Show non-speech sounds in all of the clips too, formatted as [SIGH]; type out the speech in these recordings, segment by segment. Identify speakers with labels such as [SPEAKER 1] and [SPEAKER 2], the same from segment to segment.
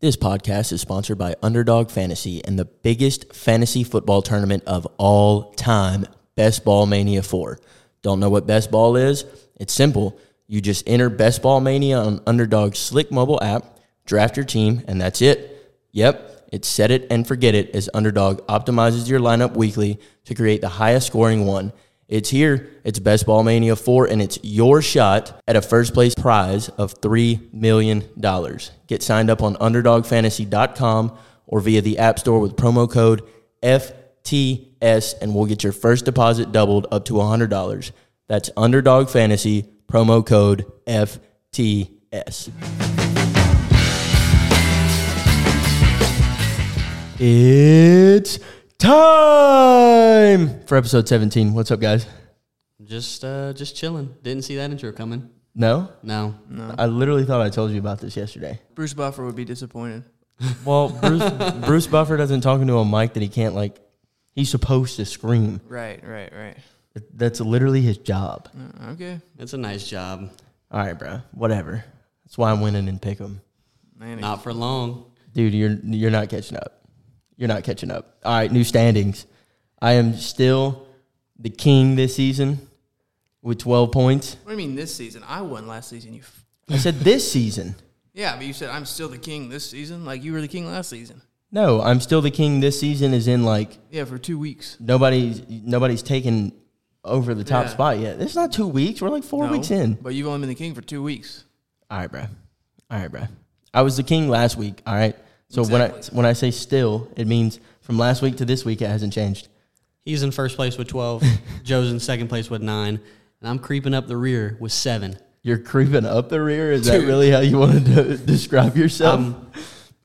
[SPEAKER 1] This podcast is sponsored by Underdog Fantasy and the biggest fantasy football tournament of all time, Best Ball Mania 4. Don't know what Best Ball is? It's simple. You just enter Best Ball Mania on Underdog's slick mobile app, draft your team, and that's it. Yep, it's set it and forget it as Underdog optimizes your lineup weekly to create the highest scoring one. It's here. It's Best Ball Mania 4, and it's your shot at a first place prize of $3 million. Get signed up on UnderdogFantasy.com or via the App Store with promo code FTS, and we'll get your first deposit doubled up to $100. That's Underdog Fantasy, promo code FTS. It's time for episode 17. What's up, guys?
[SPEAKER 2] Just uh just chilling. Didn't see that intro coming.
[SPEAKER 1] No?
[SPEAKER 2] No.
[SPEAKER 1] I literally thought I told you about this yesterday.
[SPEAKER 3] Bruce Buffer would be disappointed.
[SPEAKER 1] Well, Bruce, Bruce Buffer doesn't talk into a mic that he can't, like, he's supposed to scream.
[SPEAKER 3] Right, right, right.
[SPEAKER 1] That's literally his job.
[SPEAKER 3] Uh, Okay.
[SPEAKER 2] It's a nice job.
[SPEAKER 1] All right, bro. Whatever. That's why I'm winning and pick him.
[SPEAKER 3] Man,
[SPEAKER 2] Not for long.
[SPEAKER 1] Dude, you're, you're not catching up. You're not catching up. All right, new standings. I am still the king this season with 12 points.
[SPEAKER 3] what do you mean this season? I won last season. You. F-
[SPEAKER 1] I said this season.
[SPEAKER 3] yeah, but you said I'm still the king this season. Like you were the king last season.
[SPEAKER 1] No, I'm still the king this season is in like
[SPEAKER 3] Yeah, for two weeks.
[SPEAKER 1] nobody's nobody's taken over the top
[SPEAKER 3] Yeah.
[SPEAKER 1] spot yet. It's not two weeks. We're like four
[SPEAKER 3] No,
[SPEAKER 1] weeks in.
[SPEAKER 3] But you've only been the king for two weeks.
[SPEAKER 1] All right, bro. All right, bro. I was the king last week. All right. So
[SPEAKER 3] Exactly.
[SPEAKER 1] when I when I say still, it means from last week to this week, it hasn't changed.
[SPEAKER 2] He's in first place
[SPEAKER 1] [LAUGHS]
[SPEAKER 2] with twelve. Joe's in second place with nine. And I'm creeping up the rear with seven.
[SPEAKER 1] You're creeping up the rear. Is that really how you want to describe yourself?
[SPEAKER 2] Um,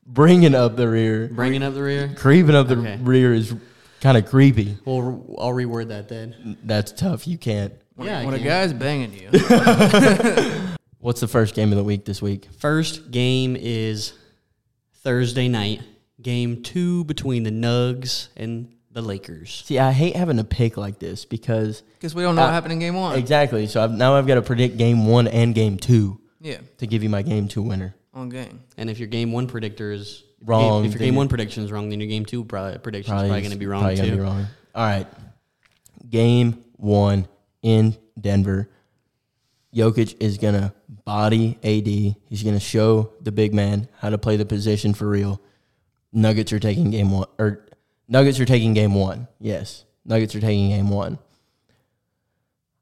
[SPEAKER 1] Bringing up the rear,
[SPEAKER 2] Bringing up the rear.
[SPEAKER 1] creeping up the
[SPEAKER 2] Okay.
[SPEAKER 1] rear is kind of creepy.
[SPEAKER 2] Well, re- I'll reword that then.
[SPEAKER 1] That's tough. You can't.
[SPEAKER 3] When,
[SPEAKER 2] Yeah, I
[SPEAKER 3] when a
[SPEAKER 2] can.
[SPEAKER 3] guy's
[SPEAKER 1] [LAUGHS]
[SPEAKER 3] banging you,
[SPEAKER 1] What's the first game of the week this week?
[SPEAKER 2] First game is Thursday night. Game two between the Nugs and the Lakers.
[SPEAKER 1] See, I hate having to pick like this because
[SPEAKER 3] because we don't know
[SPEAKER 1] Uh,
[SPEAKER 3] what happened in game one.
[SPEAKER 1] Exactly. So I've, now I've got to predict game one and game two
[SPEAKER 3] yeah,
[SPEAKER 1] to give you my game two winner.
[SPEAKER 3] on game.
[SPEAKER 2] And if your game one predictor is
[SPEAKER 1] Wrong,
[SPEAKER 2] if your
[SPEAKER 1] then
[SPEAKER 2] game
[SPEAKER 1] you-
[SPEAKER 2] one prediction is wrong, then your game two pro- prediction is probably going to be wrong
[SPEAKER 1] probably
[SPEAKER 2] too.
[SPEAKER 1] gonna be wrong. All right. Game one in Denver. Jokic is going to body AD. He's going to show the big man how to play the position for real. Nuggets are taking game one. Or Nuggets are taking game one. Yes. Nuggets are taking game one.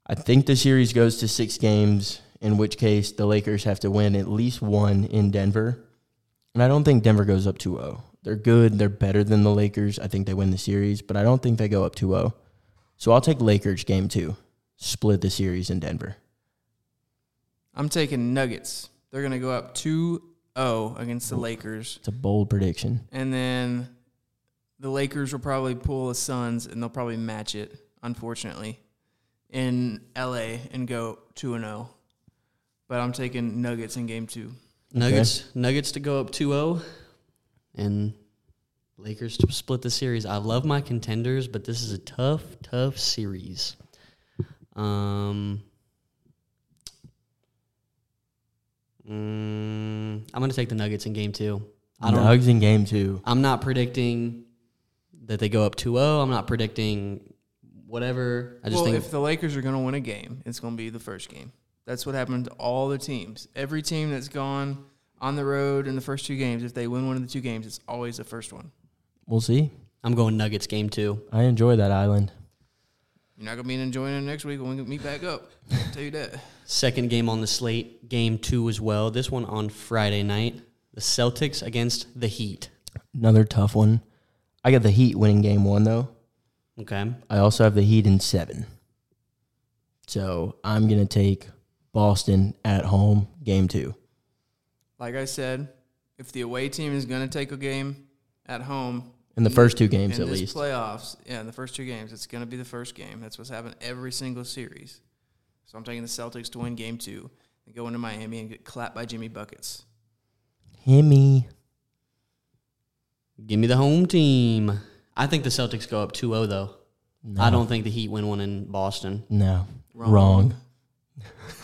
[SPEAKER 1] I think the series goes to six games, in which case the Lakers have to win at least one in Denver. And I don't think Denver goes up 2 0. They're good. They're better than the Lakers. I think they win the series, but I don't think they go up 2 0. So I'll take Lakers game two, split the series in Denver.
[SPEAKER 3] I'm taking Nuggets. They're gonna go up 2-0 against the Lakers,
[SPEAKER 1] It's a bold prediction.
[SPEAKER 3] and then the Lakers will probably pull the Suns, and they'll probably match it. Unfortunately, in LA and go two and zero. But I'm taking Nuggets in game two.
[SPEAKER 2] Nuggets Nuggets to go up 2-0 and Lakers to split the series. I love my contenders, but this is a tough, tough series. Um, mm, I'm going to take the Nuggets in game 2. I don't
[SPEAKER 1] Nugs in game two.
[SPEAKER 2] I'm not predicting that they go up 2-0. I'm not predicting whatever. I just
[SPEAKER 3] well,
[SPEAKER 2] think
[SPEAKER 3] if the Lakers are going to win a game, it's going to be the first game. That's what happened to all the teams. Every team that's gone on the road in the first two games, if they win one of the two games, it's always the first one.
[SPEAKER 1] We'll see.
[SPEAKER 2] I'm going Nuggets game 2.
[SPEAKER 1] I enjoy that island.
[SPEAKER 3] You're not going to be enjoying it next week when we meet
[SPEAKER 2] [LAUGHS]
[SPEAKER 3] back up. I'll tell you that.
[SPEAKER 2] Second game on the slate, game two as well. This one on Friday night. The Celtics against the Heat.
[SPEAKER 1] Another tough one. I got the Heat winning game one, though.
[SPEAKER 2] Okay.
[SPEAKER 1] I also have the Heat in seven. So I'm going to take Boston at home game two.
[SPEAKER 3] Like I said, if the away team is going to take a game at home
[SPEAKER 1] In the first two games,
[SPEAKER 3] in
[SPEAKER 1] at
[SPEAKER 3] this
[SPEAKER 1] least.
[SPEAKER 3] playoffs, yeah, in the first two games, it's going to be the first game. That's what's happened every single series. So I'm taking the Celtics to win game two and go into Miami and get clapped by Jimmy Buckets.
[SPEAKER 1] Himmy.
[SPEAKER 2] Give me the home team. I think the Celtics go up 2 0, though.
[SPEAKER 1] No.
[SPEAKER 2] I don't think the Heat win one in Boston.
[SPEAKER 1] No. Wrong.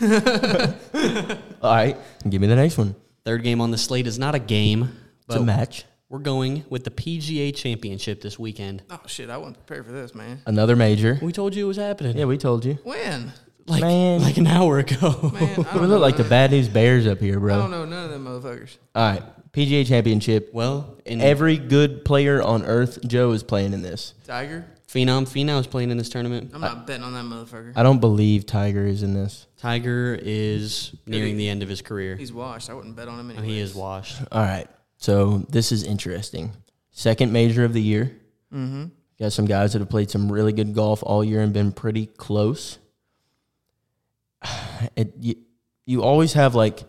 [SPEAKER 3] Wrong. [LAUGHS]
[SPEAKER 1] All right. Give me the next one.
[SPEAKER 2] Third game on the slate is not a game,
[SPEAKER 1] to match.
[SPEAKER 2] We're going with the PGA Championship this weekend.
[SPEAKER 3] Oh shit, I wasn't prepared for this, man.
[SPEAKER 1] Another major.
[SPEAKER 2] We told you it was happening.
[SPEAKER 1] Yeah, we told you.
[SPEAKER 3] When?
[SPEAKER 2] like
[SPEAKER 1] Man.
[SPEAKER 2] like an
[SPEAKER 1] [LAUGHS]
[SPEAKER 2] hour ago.
[SPEAKER 3] Man, I
[SPEAKER 1] We
[SPEAKER 3] don't, know,
[SPEAKER 1] look like the bad news bears up here,
[SPEAKER 3] I
[SPEAKER 1] bro.
[SPEAKER 3] don't know none of them motherfuckers.
[SPEAKER 1] All right, PGA Championship.
[SPEAKER 2] Well, in
[SPEAKER 1] Every good player on earth, Joe is playing in this.
[SPEAKER 3] Tiger?
[SPEAKER 2] Phenom Phenom is playing in this tournament.
[SPEAKER 3] I'm not betting on that motherfucker.
[SPEAKER 1] I don't believe Tiger is in this.
[SPEAKER 2] Tiger is nearing the end of his career.
[SPEAKER 3] He's washed. I wouldn't bet
[SPEAKER 1] Oh,
[SPEAKER 3] on him anyway.
[SPEAKER 2] he is washed.
[SPEAKER 1] All right, so this is interesting. Second major of the year.
[SPEAKER 3] Mm-hmm.
[SPEAKER 1] Got some guys that have played some really good golf all year and been pretty close. [SIGHS] It, you, you always have like,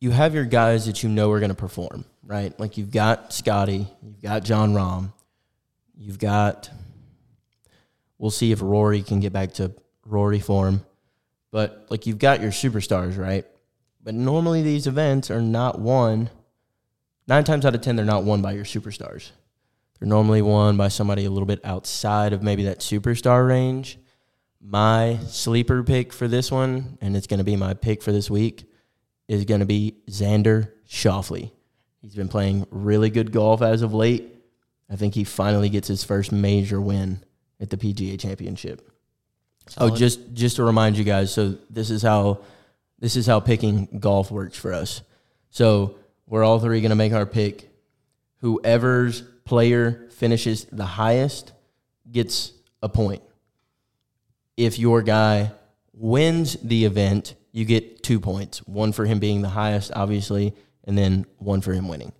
[SPEAKER 1] you have your guys that you know are going to perform, right? Like you've got Scotty, you've got John Rahm, you've got. We'll see if Rory can get back to Rory form, but like you've got your superstars, right? But normally these events are not won. Nine times out of ten, they're not won by your superstars. They're normally won by somebody a little bit outside of maybe that superstar range. My sleeper pick for this one, and it's going to be my pick for this week, is going to be Xander Shoffley. He's been playing really good golf as of late. I think he finally gets his first major win at the PGA Championship. Oh,
[SPEAKER 2] Solid.
[SPEAKER 1] just just to remind you guys, so this is how this is how picking golf works for us. So we're all three going to make our pick. Whoever's player finishes the highest gets a point. If your guy wins the event, you get two points. One for him being the highest, obviously, and then one for him winning.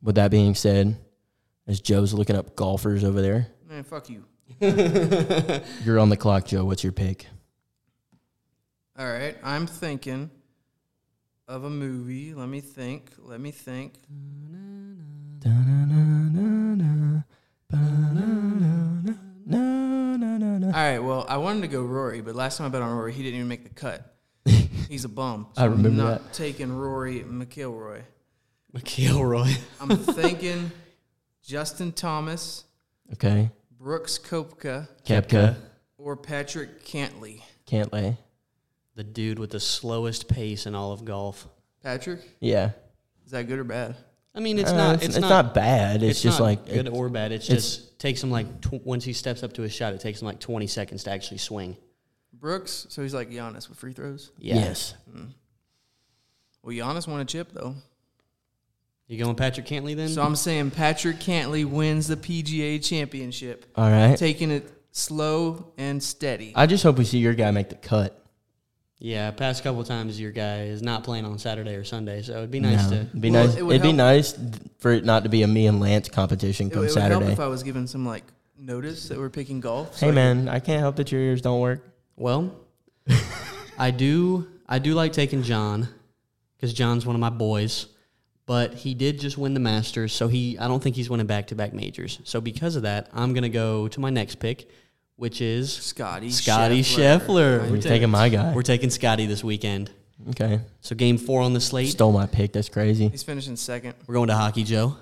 [SPEAKER 1] With that being said, as Joe's looking up golfers over there,
[SPEAKER 3] Man, fuck you.
[SPEAKER 1] [LAUGHS] you're on the clock, Joe. What's your pick?
[SPEAKER 3] All right, I'm thinking of a movie. Let me think. Let
[SPEAKER 1] [LAUGHS]
[SPEAKER 3] me think. All right, well, I wanted to go Rory, but last time I bet on Rory, he didn't even make the cut. He's a bum.
[SPEAKER 1] I
[SPEAKER 3] am
[SPEAKER 1] remember
[SPEAKER 3] not taking Rory McIlroy.
[SPEAKER 2] McIlroy.
[SPEAKER 3] I'm thinking [LAUGHS] Justin Thomas,
[SPEAKER 1] Okay.
[SPEAKER 3] Brooks Kopka,
[SPEAKER 1] Kepka.
[SPEAKER 3] or Patrick Cantley.
[SPEAKER 1] Can't lay.
[SPEAKER 2] the dude with the slowest pace in all of golf.
[SPEAKER 3] Patrick,
[SPEAKER 1] Yeah.
[SPEAKER 3] is that good or bad?
[SPEAKER 2] I mean, it's
[SPEAKER 1] Uh,
[SPEAKER 2] not. It's, not,
[SPEAKER 1] bad. It's, just
[SPEAKER 2] not
[SPEAKER 1] like
[SPEAKER 2] good or bad. It's,
[SPEAKER 1] it's-
[SPEAKER 2] just takes him like tw- once he steps up to his shot, it takes him like twenty seconds to actually swing.
[SPEAKER 3] Brooks, so he's like Giannis with free throws.
[SPEAKER 2] Yeah.
[SPEAKER 1] yes.
[SPEAKER 3] Well, Giannis won a chip though,
[SPEAKER 2] You going Patrick Cantley then?
[SPEAKER 3] so I'm saying Patrick Cantley wins the PGA Championship,
[SPEAKER 1] All right.
[SPEAKER 3] taking it slow and steady.
[SPEAKER 1] I just hope we see your guy make the cut.
[SPEAKER 2] yeah. Past couple times, your guy is not playing on Saturday or Sunday, so it'd be nice
[SPEAKER 1] No.
[SPEAKER 2] to.
[SPEAKER 1] It'd be
[SPEAKER 3] Well,
[SPEAKER 1] nice.
[SPEAKER 3] it
[SPEAKER 1] It
[SPEAKER 3] would
[SPEAKER 1] would be
[SPEAKER 3] help-
[SPEAKER 1] nice th- for it not to be a me and Lance competition
[SPEAKER 3] It,
[SPEAKER 1] come
[SPEAKER 3] it would help
[SPEAKER 1] Saturday.
[SPEAKER 3] if I was given some like notice that we're picking golf. so
[SPEAKER 1] hey
[SPEAKER 3] I
[SPEAKER 1] man, I can't help that your ears don't work.
[SPEAKER 2] Well, I do. I do like taking John because John's one of my boys. But he did just win the Masters, so he. I don't think he's winning back to back majors. So because of that, I'm gonna go to my next pick, which
[SPEAKER 3] could-
[SPEAKER 2] is
[SPEAKER 3] Scotty.
[SPEAKER 2] Scotty Scheffler.
[SPEAKER 1] You're
[SPEAKER 2] ta-
[SPEAKER 1] taking my guy.
[SPEAKER 2] We're taking Scotty this weekend.
[SPEAKER 1] Okay.
[SPEAKER 2] So game four on the slate.
[SPEAKER 1] Stole my pick. That's crazy.
[SPEAKER 3] He's finishing second.
[SPEAKER 2] We're going to hockey, Joe.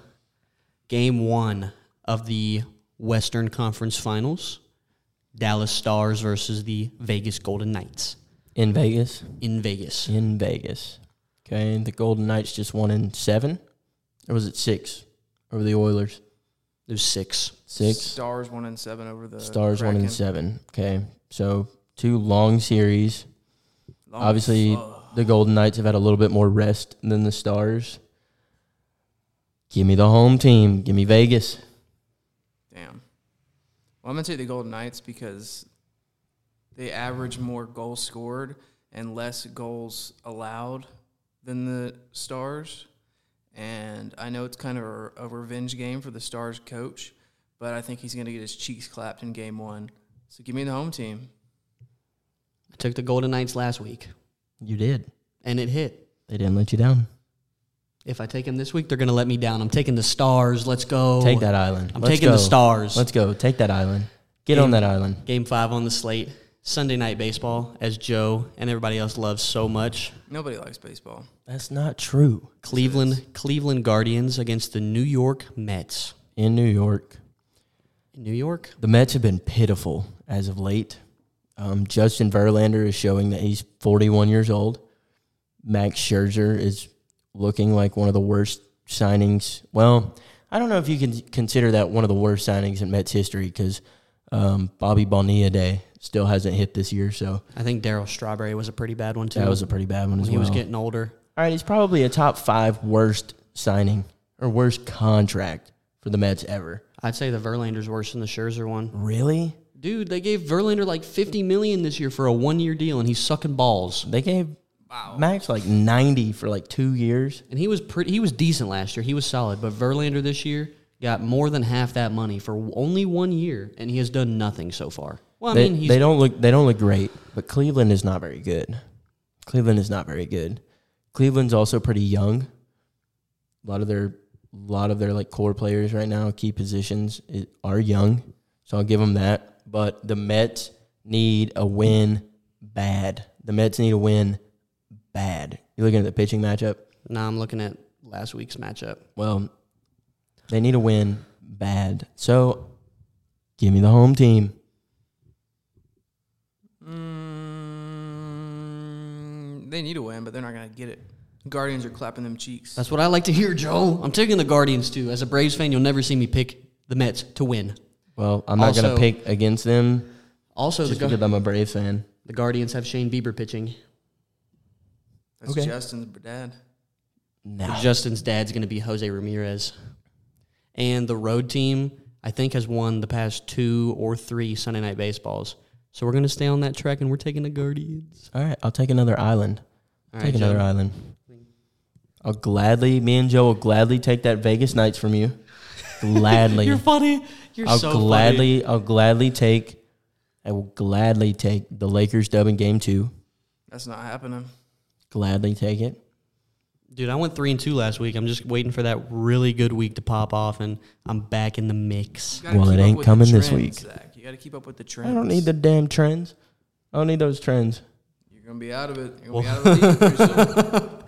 [SPEAKER 2] Game one of the Western Conference Finals. Dallas Stars versus the Vegas Golden Knights
[SPEAKER 1] In Vegas.
[SPEAKER 2] in Vegas.
[SPEAKER 1] In Vegas. Okay. The Golden Knights just won in seven, or was it six? Over the Oilers,
[SPEAKER 2] There's six.
[SPEAKER 1] six.
[SPEAKER 3] Stars one and seven over the
[SPEAKER 1] Stars one and
[SPEAKER 3] Kraken.
[SPEAKER 1] seven. Okay, so two long series.
[SPEAKER 3] Long Oh,
[SPEAKER 1] Obviously,
[SPEAKER 3] fuck.
[SPEAKER 1] the Golden Knights have had a little bit more rest than the Stars. Give me the home team. Give me Vegas.
[SPEAKER 3] Damn. Well, I'm gonna take the Golden Knights because they average more goals scored and less goals allowed than the Stars. And I know it's kind of a, a revenge game for the Stars coach, but I think he's gonna get his cheeks clapped in Game One. So give me the home team.
[SPEAKER 2] I took the Golden Knights last week,
[SPEAKER 1] You did.
[SPEAKER 2] and it hit.
[SPEAKER 1] They didn't let you down.
[SPEAKER 2] If I take them this week, they're going to let me down. I'm taking the Stars. Let's go.
[SPEAKER 1] Take that island.
[SPEAKER 2] I'm
[SPEAKER 1] Let's
[SPEAKER 2] taking
[SPEAKER 1] go.
[SPEAKER 2] the Stars.
[SPEAKER 1] Let's go. Take that island. Get on that island.
[SPEAKER 2] Game five on the slate. Sunday night baseball, as Joe and everybody else loves so much.
[SPEAKER 3] Nobody likes baseball.
[SPEAKER 1] That's not true.
[SPEAKER 2] Cleveland, Cleveland Guardians against the New York Mets.
[SPEAKER 1] In New York,
[SPEAKER 2] New York.
[SPEAKER 1] the Mets have been pitiful as of late. Um, Justin Verlander is showing that he's 41 years old. Max Scherzer is looking like one of the worst signings. Well, I don't know if you can consider that one of the worst signings in Mets history because um, Bobby Bonilla Day still hasn't hit this year, so
[SPEAKER 2] I think Daryl Strawberry was a pretty bad one too.
[SPEAKER 1] that was a pretty bad one
[SPEAKER 2] when
[SPEAKER 1] as
[SPEAKER 2] he
[SPEAKER 1] well.
[SPEAKER 2] was getting older.
[SPEAKER 1] All right, he's probably a top five worst signing or worst contract for the Mets ever.
[SPEAKER 2] I'd say the Verlander's worse than the Scherzer one.
[SPEAKER 1] Really?
[SPEAKER 2] Dude, they gave Verlander like fifty million this year for a one-year deal, and he's sucking balls.
[SPEAKER 1] They gave Max like ninety for like two years.
[SPEAKER 2] And he was pretty. He was decent last year. He was solid. But Verlander this year got more than half that money for only one year, and he has done nothing so far. Well, I
[SPEAKER 1] they,
[SPEAKER 2] mean, he's
[SPEAKER 1] they don't look they don't look great, but Cleveland is not very good. Cleveland is not very good. Cleveland's also pretty young. A lot of their lot of their like core players right now, key positions i- are young, so I'll give them that. But the Mets need a win bad. The Mets need a win bad. You looking at the pitching matchup?
[SPEAKER 2] Now I'm looking at last week's matchup.
[SPEAKER 1] Well, they need a win bad. So give me the home team.
[SPEAKER 3] Mm, they need a win, but they're not gonna get it. Guardians are clapping them cheeks.
[SPEAKER 2] That's what I like to hear, Joel. I'm taking the Guardians too. As a Braves fan, you'll never see me pick the Mets to win.
[SPEAKER 1] Well, I'm not gonna
[SPEAKER 2] Also-
[SPEAKER 1] pick against them.
[SPEAKER 2] Also, the,
[SPEAKER 1] just
[SPEAKER 2] Gu-
[SPEAKER 1] because I'm a Braves fan.
[SPEAKER 2] the Guardians have Shane Bieber pitching.
[SPEAKER 3] That's
[SPEAKER 1] Okay.
[SPEAKER 3] Justin's dad.
[SPEAKER 1] No.
[SPEAKER 2] Justin's dad's going to be Jose Ramirez. And the road team, I think, has won the past two or three Sunday night baseballs. So we're going to stay on that track and we're taking the Guardians.
[SPEAKER 1] All right, I'll take another island.
[SPEAKER 2] All
[SPEAKER 1] take
[SPEAKER 2] right,
[SPEAKER 1] another
[SPEAKER 2] Joe.
[SPEAKER 1] island. I'll gladly, me and Joe will gladly take that Vegas Nights from you. Gladly.
[SPEAKER 2] [LAUGHS] You're funny. You're
[SPEAKER 1] I'll
[SPEAKER 2] so funny.
[SPEAKER 1] gladly, I'll gladly take, I will gladly take the Lakers dub in game two.
[SPEAKER 3] That's not happening.
[SPEAKER 1] Gladly take it.
[SPEAKER 2] Dude, I went three and two last week. I'm just waiting for that really good week to pop off, and I'm back in the mix.
[SPEAKER 3] You gotta
[SPEAKER 1] Well, it
[SPEAKER 3] keep up
[SPEAKER 1] ain't
[SPEAKER 3] with the
[SPEAKER 1] coming this
[SPEAKER 3] trends,
[SPEAKER 1] week.
[SPEAKER 3] Zach. You got to keep up with the
[SPEAKER 1] I
[SPEAKER 3] trends.
[SPEAKER 1] don't need the damn trends. I don't need those trends.
[SPEAKER 3] You're gonna be out of it. You're gonna be out of
[SPEAKER 1] [LAUGHS]
[SPEAKER 3] it. Pretty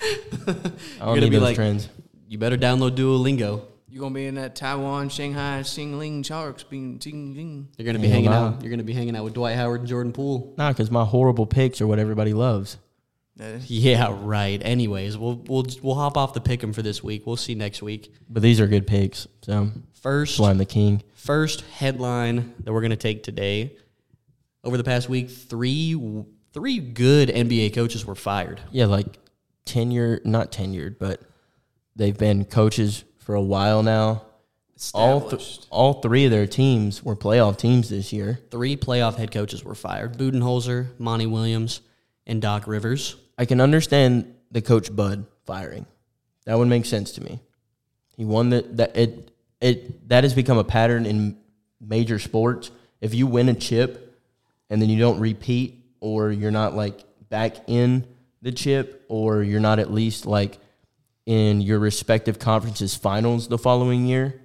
[SPEAKER 3] soon.
[SPEAKER 1] I don't
[SPEAKER 2] gonna
[SPEAKER 1] need
[SPEAKER 2] be
[SPEAKER 1] those
[SPEAKER 2] like-
[SPEAKER 1] trends.
[SPEAKER 2] You better download Duolingo.
[SPEAKER 3] You're gonna be in that Taiwan, Shanghai, Xing Ling, Sharks, Bing, Ting, Ting.
[SPEAKER 2] You're gonna be
[SPEAKER 1] Hell
[SPEAKER 2] hanging
[SPEAKER 1] no.
[SPEAKER 2] out. You're gonna be hanging out with Dwight Howard and Jordan Poole.
[SPEAKER 1] Nah, because my horrible picks are what everybody loves.
[SPEAKER 3] Uh,
[SPEAKER 2] Yeah, right. Anyways, we'll we'll we'll hop off the pick 'em for this week. We'll see next week.
[SPEAKER 1] But these are good picks. So
[SPEAKER 2] First,
[SPEAKER 1] that's why I'm the king.
[SPEAKER 2] first headline that we're gonna take today. Over the past week, three three good NBA coaches were fired.
[SPEAKER 1] yeah, like tenure, not tenured, but they've been coaches for a while now. All th-
[SPEAKER 3] Established.
[SPEAKER 1] all three of their teams were playoff teams this year.
[SPEAKER 2] Three playoff head coaches were fired: Budenholzer, Monty Williams, and Doc Rivers.
[SPEAKER 1] I can understand the coach Bud firing. That would make sense to me. He won that that it it that has become a pattern in major sports. If you win a chip and then you don't repeat or you're not like back in the chip or you're not at least like in your respective conferences finals the following year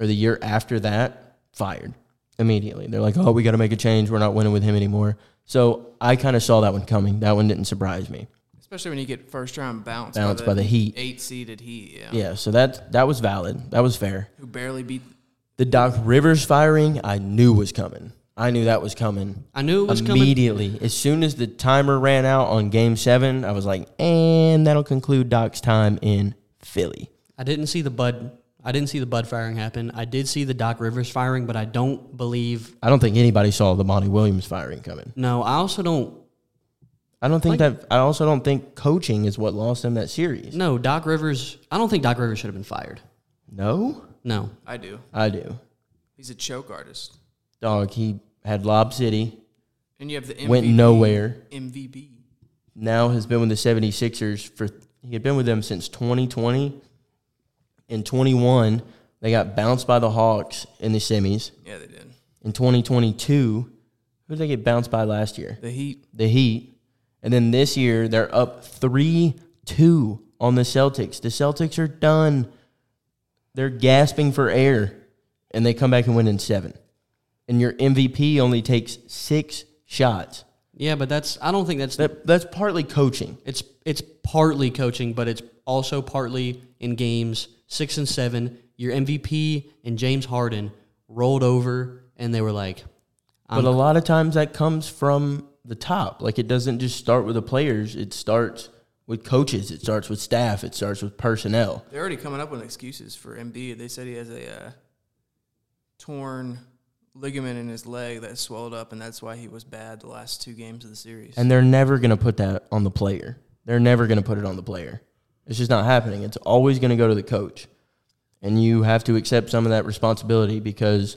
[SPEAKER 1] or the year after that, fired immediately. They're like, "Oh, we got to make a change. We're not winning with him anymore." So, I kind of saw that one coming. That one didn't surprise me.
[SPEAKER 3] Especially when you get first round bounced,
[SPEAKER 1] Bounced by the Heat.
[SPEAKER 3] eight seeded Heat, yeah,
[SPEAKER 1] Yeah, so that that was valid. That was fair.
[SPEAKER 3] who barely beat.
[SPEAKER 1] The Doc Rivers firing, I knew was coming. I knew that was coming.
[SPEAKER 2] I knew it was coming.
[SPEAKER 1] Immediately, as soon as the timer ran out on Game Seven, I was like, "And that'll conclude Doc's time in Philly."
[SPEAKER 2] I didn't see the Bud. I didn't see the Bud firing happen. I did see the Doc Rivers firing, but I don't believe
[SPEAKER 1] I don't think anybody saw the Monty Williams firing coming.
[SPEAKER 2] No, I also don't.
[SPEAKER 1] I don't think that. I also don't think coaching is what lost them that series.
[SPEAKER 2] No, Doc Rivers. I don't think Doc Rivers should have been fired.
[SPEAKER 1] No,
[SPEAKER 2] No,
[SPEAKER 3] I do.
[SPEAKER 1] I do.
[SPEAKER 3] He's a choke artist,
[SPEAKER 1] Dog, he had Lob City,
[SPEAKER 3] and you have the MVP,
[SPEAKER 1] went nowhere.
[SPEAKER 3] MVP.
[SPEAKER 1] now has been with the 76ers for he had been with them since 2020 in 21 they got bounced by the hawks in the semis
[SPEAKER 3] Yeah, they did.
[SPEAKER 1] in 2022 who did they get bounced by last year
[SPEAKER 3] The Heat.
[SPEAKER 1] the heat and then this year they're up 3-2 on the celtics the celtics are done they're gasping for air and they come back and win in seven and your mvp only takes six shots
[SPEAKER 2] yeah, but that's. I don't think that's.
[SPEAKER 1] that, that's partly coaching
[SPEAKER 2] It's it's partly coaching, but it's also partly in games six and seven. Your MVP and James Harden rolled over, and they were like,
[SPEAKER 1] But a lot of times that comes from the top. Like it doesn't just start with the players. It starts with coaches. It starts with staff. It starts with personnel.
[SPEAKER 3] They're already coming up with excuses for Embiid. They said he has a uh, torn ligament in his leg that swelled up, and that's why he was bad the last two games of the series.
[SPEAKER 1] And they're never going to put that on the player. They're never going to put it on the player. It's just not happening. It's always going to go to the coach. And you have to accept some of that responsibility because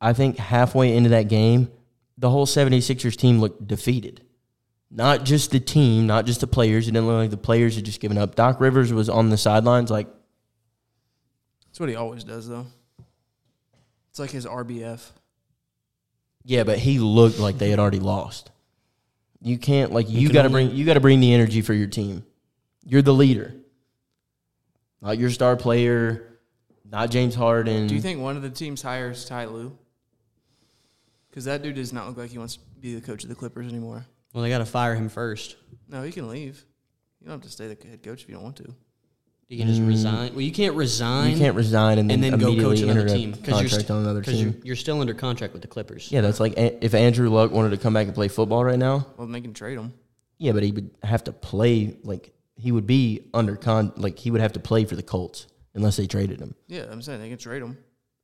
[SPEAKER 1] I think halfway into that game, the whole 76ers team looked defeated. Not just the team, not just the players. It didn't look like the players had just given up. Doc Rivers was on the sidelines like,
[SPEAKER 3] that's what he always does, though. It's like his RBF.
[SPEAKER 1] yeah, but he looked like they had already lost. You can't like you
[SPEAKER 2] can
[SPEAKER 1] got to
[SPEAKER 2] only-
[SPEAKER 1] bring you got to bring the energy for your team. You're the leader. Not your star player, not James Harden.
[SPEAKER 3] Do you think one of the teams hires Ty Lue? Because that dude does not look like he wants to be the coach of the Clippers anymore.
[SPEAKER 2] Well, they got to fire him first.
[SPEAKER 3] No, he can leave. You don't have to stay the head coach if you don't want to.
[SPEAKER 2] You can just resign. Well, you can't resign
[SPEAKER 1] Mm. you can't resign and then,
[SPEAKER 2] and then go coach
[SPEAKER 1] immediately
[SPEAKER 2] another
[SPEAKER 1] enter a
[SPEAKER 2] team you're,
[SPEAKER 1] contract
[SPEAKER 2] st-
[SPEAKER 1] on another
[SPEAKER 2] 'cause
[SPEAKER 1] team.
[SPEAKER 2] You're, you're still under contract with the Clippers.
[SPEAKER 1] Yeah, that's like a- if Andrew Luck wanted to come back and play football right now.
[SPEAKER 3] Well, then they can trade him.
[SPEAKER 1] Yeah, but he would have to play like he would be under con like he would have to play for the Colts unless they traded him.
[SPEAKER 3] Yeah, I'm saying they can trade him.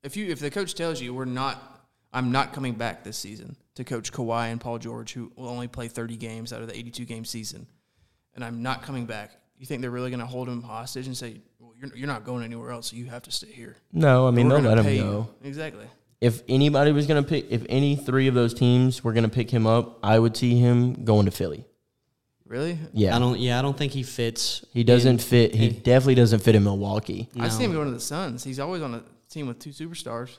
[SPEAKER 3] If you if the coach tells you we're not, I'm not coming back this season to coach Kawhi and Paul George, who will only play 30 games out of the 82 game season, and I'm not coming back. You think they're really going to hold him hostage and say, well, you're, you're not going anywhere else, so you have to stay here?
[SPEAKER 1] No, I mean
[SPEAKER 3] We're
[SPEAKER 1] they'll
[SPEAKER 3] gonna
[SPEAKER 1] let him
[SPEAKER 3] pay you.
[SPEAKER 1] go.
[SPEAKER 3] Exactly.
[SPEAKER 1] if anybody was going to pick, if any three of those teams were going to pick him up, I would see him going to Philly.
[SPEAKER 3] Really?
[SPEAKER 1] Yeah.
[SPEAKER 2] I don't. Yeah, I don't think he fits.
[SPEAKER 1] he doesn't fit. He definitely doesn't fit in Milwaukee.
[SPEAKER 3] I see him going to the Suns. He's always on a team with two superstars,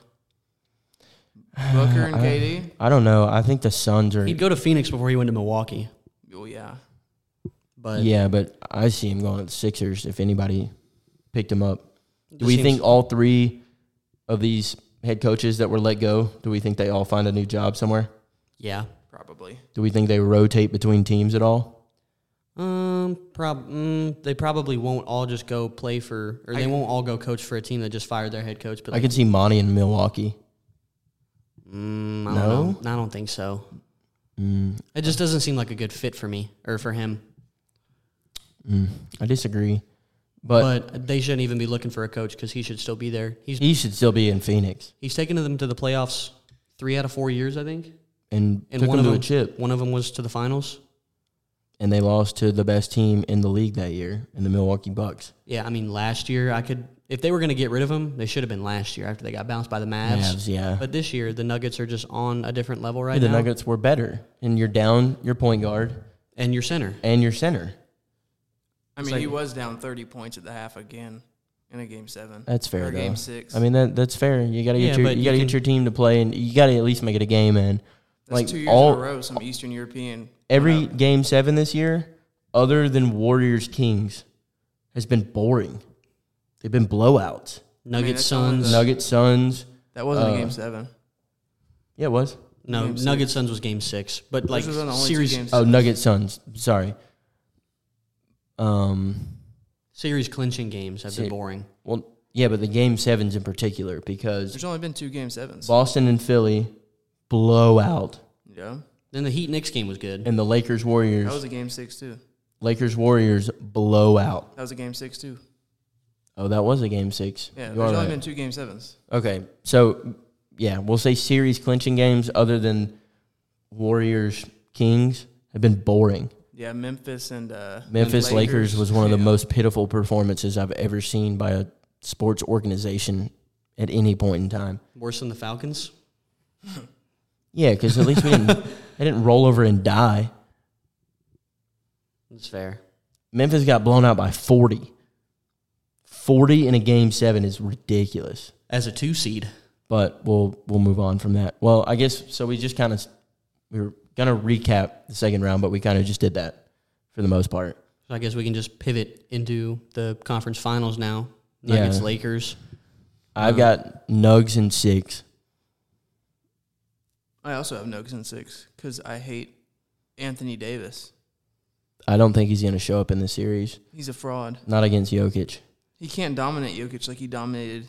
[SPEAKER 3] Booker and KD.
[SPEAKER 1] [SIGHS] I don't know. I think the Suns are.
[SPEAKER 2] He'd go to Phoenix before he went to Milwaukee.
[SPEAKER 3] Well, yeah,
[SPEAKER 2] But
[SPEAKER 1] Yeah, but I see him going to the Sixers if anybody picked him up. Do
[SPEAKER 2] Just
[SPEAKER 1] we
[SPEAKER 2] seems-
[SPEAKER 1] think all three of these head coaches that were let go, do we think they all find a new job somewhere?
[SPEAKER 2] yeah.
[SPEAKER 3] probably.
[SPEAKER 1] Do we think they rotate between teams at all?
[SPEAKER 2] Um, prob- mm, they probably won't all just go play for, or they won't all go coach for a team that just fired their head coach. But
[SPEAKER 1] I
[SPEAKER 2] like,
[SPEAKER 1] could see Monty in Milwaukee.
[SPEAKER 2] mm, I don't know. I don't think so.
[SPEAKER 1] Mm,
[SPEAKER 2] It just doesn't seem like a good fit for me or for him.
[SPEAKER 1] mm, I disagree. but
[SPEAKER 2] But they shouldn't even be looking for a coach because he should still be there. He's
[SPEAKER 1] he should still be in Phoenix.
[SPEAKER 2] he's taken them to the playoffs three out of four years, I think.
[SPEAKER 1] and,
[SPEAKER 2] And
[SPEAKER 1] took
[SPEAKER 2] one
[SPEAKER 1] them
[SPEAKER 2] of
[SPEAKER 1] to
[SPEAKER 2] them,
[SPEAKER 1] a chip,
[SPEAKER 2] one of them was to the finals.
[SPEAKER 1] and they lost to the best team in the league that year, in the Milwaukee Bucks.
[SPEAKER 2] Yeah, I mean, last year I could, if they were going to get rid of him, they should have been last year after they got bounced by the Mavs.
[SPEAKER 1] Mavs, yeah.
[SPEAKER 2] But this year, the Nuggets are just on a different level right
[SPEAKER 1] the
[SPEAKER 2] now.
[SPEAKER 1] Nuggets were better, and you're down your point guard
[SPEAKER 2] and your center.
[SPEAKER 1] and your center.
[SPEAKER 3] I mean, he was down 30 points at the half again in a game seven.
[SPEAKER 1] That's fair.
[SPEAKER 3] Or
[SPEAKER 1] though.
[SPEAKER 3] game six.
[SPEAKER 1] I mean, that that's fair. You gotta
[SPEAKER 2] Yeah,
[SPEAKER 1] get your
[SPEAKER 2] but
[SPEAKER 1] you
[SPEAKER 2] you
[SPEAKER 1] gotta
[SPEAKER 2] can-
[SPEAKER 1] get your team to play, and you gotta at least make it a game. And
[SPEAKER 3] That's
[SPEAKER 1] like
[SPEAKER 3] two years in a
[SPEAKER 1] all
[SPEAKER 3] row, some Eastern European.
[SPEAKER 1] every game seven this year, other than Warriors Kings, has been boring. They've been blowouts.
[SPEAKER 2] Nuggets,
[SPEAKER 3] that's only
[SPEAKER 2] Suns.
[SPEAKER 3] the-
[SPEAKER 1] Nuggets Suns.
[SPEAKER 3] That
[SPEAKER 1] uh,
[SPEAKER 3] wasn't a game seven.
[SPEAKER 1] Yeah, it was.
[SPEAKER 2] No, Nuggets, Suns was game six. But like,
[SPEAKER 3] Those were the only
[SPEAKER 2] series,
[SPEAKER 3] two games.
[SPEAKER 1] Oh, Nuggets Suns. Sorry. Um.
[SPEAKER 2] series clinching games have been boring.
[SPEAKER 1] Well, yeah, but the game sevens in particular because
[SPEAKER 3] There's only been two game sevens.
[SPEAKER 1] Boston and Philly blowout,
[SPEAKER 3] yeah,
[SPEAKER 2] Then the Heat Knicks game was good.
[SPEAKER 1] and the Lakers
[SPEAKER 3] that
[SPEAKER 1] Warriors
[SPEAKER 3] was a game six too.
[SPEAKER 1] Lakers Warriors blowout.
[SPEAKER 3] That was a game six too.
[SPEAKER 1] Oh, that was a game six.
[SPEAKER 3] Yeah,
[SPEAKER 1] You
[SPEAKER 3] there's
[SPEAKER 1] are
[SPEAKER 3] only
[SPEAKER 1] right.
[SPEAKER 3] been two game sevens.
[SPEAKER 1] Okay, so yeah, we'll say series clinching games other than Warriors Kings have been boring.
[SPEAKER 3] Yeah, Memphis and uh,
[SPEAKER 1] Memphis
[SPEAKER 3] and
[SPEAKER 1] Lakers. was one of the
[SPEAKER 3] Yeah.
[SPEAKER 1] most pitiful performances I've ever seen by a sports organization at any point in time.
[SPEAKER 2] Worse than the Falcons.
[SPEAKER 1] Yeah, because at least we
[SPEAKER 3] [LAUGHS]
[SPEAKER 1] didn't, they didn't roll over and die.
[SPEAKER 2] That's fair.
[SPEAKER 1] Memphis got blown out by 40. 40 in a game 7 is ridiculous.
[SPEAKER 2] As a two seed,
[SPEAKER 1] But we'll we'll move on from that. Well, I guess so we just kind of we were going to recap the second round, but we kind of just did that for the most part.
[SPEAKER 2] so I guess we can just pivot into the conference finals now. Nuggets,
[SPEAKER 1] Yeah.
[SPEAKER 2] Lakers.
[SPEAKER 1] I've got Nugs and 6.
[SPEAKER 3] I also have Nuggets in six because I hate Anthony Davis.
[SPEAKER 1] I don't think he's going to show up in this series.
[SPEAKER 3] He's a fraud.
[SPEAKER 1] Not against Jokic.
[SPEAKER 3] He can't dominate Jokic like he dominated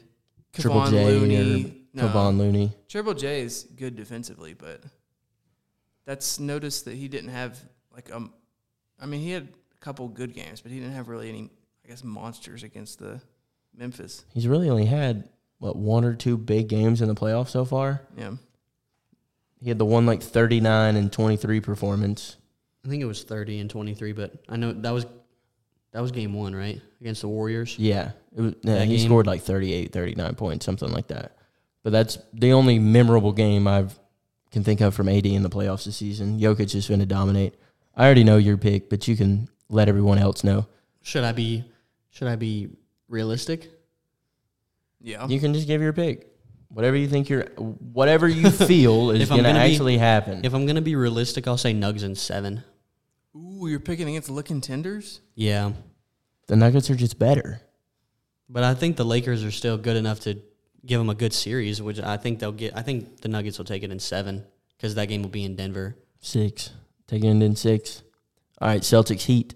[SPEAKER 1] Triple
[SPEAKER 3] Kevon
[SPEAKER 1] J or
[SPEAKER 3] Looney. No.
[SPEAKER 1] Kevon Looney.
[SPEAKER 3] Triple J is good defensively, but that's noticed that he didn't have like um. I mean, he had a couple good games, but he didn't have really any, I guess, monsters against the Memphis.
[SPEAKER 1] He's really only had what one or two big games in the playoffs so far.
[SPEAKER 3] Yeah,
[SPEAKER 1] He had the one like 39 and 23 performance.
[SPEAKER 2] I think it was 30 and 23, but I know that was that was game 1, right? Against the Warriors.
[SPEAKER 1] Yeah. It was, yeah
[SPEAKER 2] That
[SPEAKER 1] he
[SPEAKER 2] game-
[SPEAKER 1] scored like 38, 39 points, something like that. But that's the only memorable game I have can think of from AD in the playoffs this season. Jokic is going to dominate. I already know your pick, but you can let everyone else know.
[SPEAKER 2] Should I be should I be realistic? Oh.
[SPEAKER 3] yeah.
[SPEAKER 1] You can just give your pick. Whatever you think you're, whatever you [LAUGHS] feel is
[SPEAKER 2] If I'm
[SPEAKER 1] going to
[SPEAKER 2] gonna be-
[SPEAKER 1] actually happen.
[SPEAKER 2] If I'm going to be realistic, I'll say Nugs in 7.
[SPEAKER 3] Ooh, you're picking against the looking tenders.
[SPEAKER 2] Yeah.
[SPEAKER 1] the Nuggets are just better.
[SPEAKER 2] But I think the Lakers are still good enough to give them a good series, which I think they'll get I think the Nuggets will take it in 7 cuz that game will be in Denver.
[SPEAKER 1] Six. Taking it in six. All right, Celtics Heat.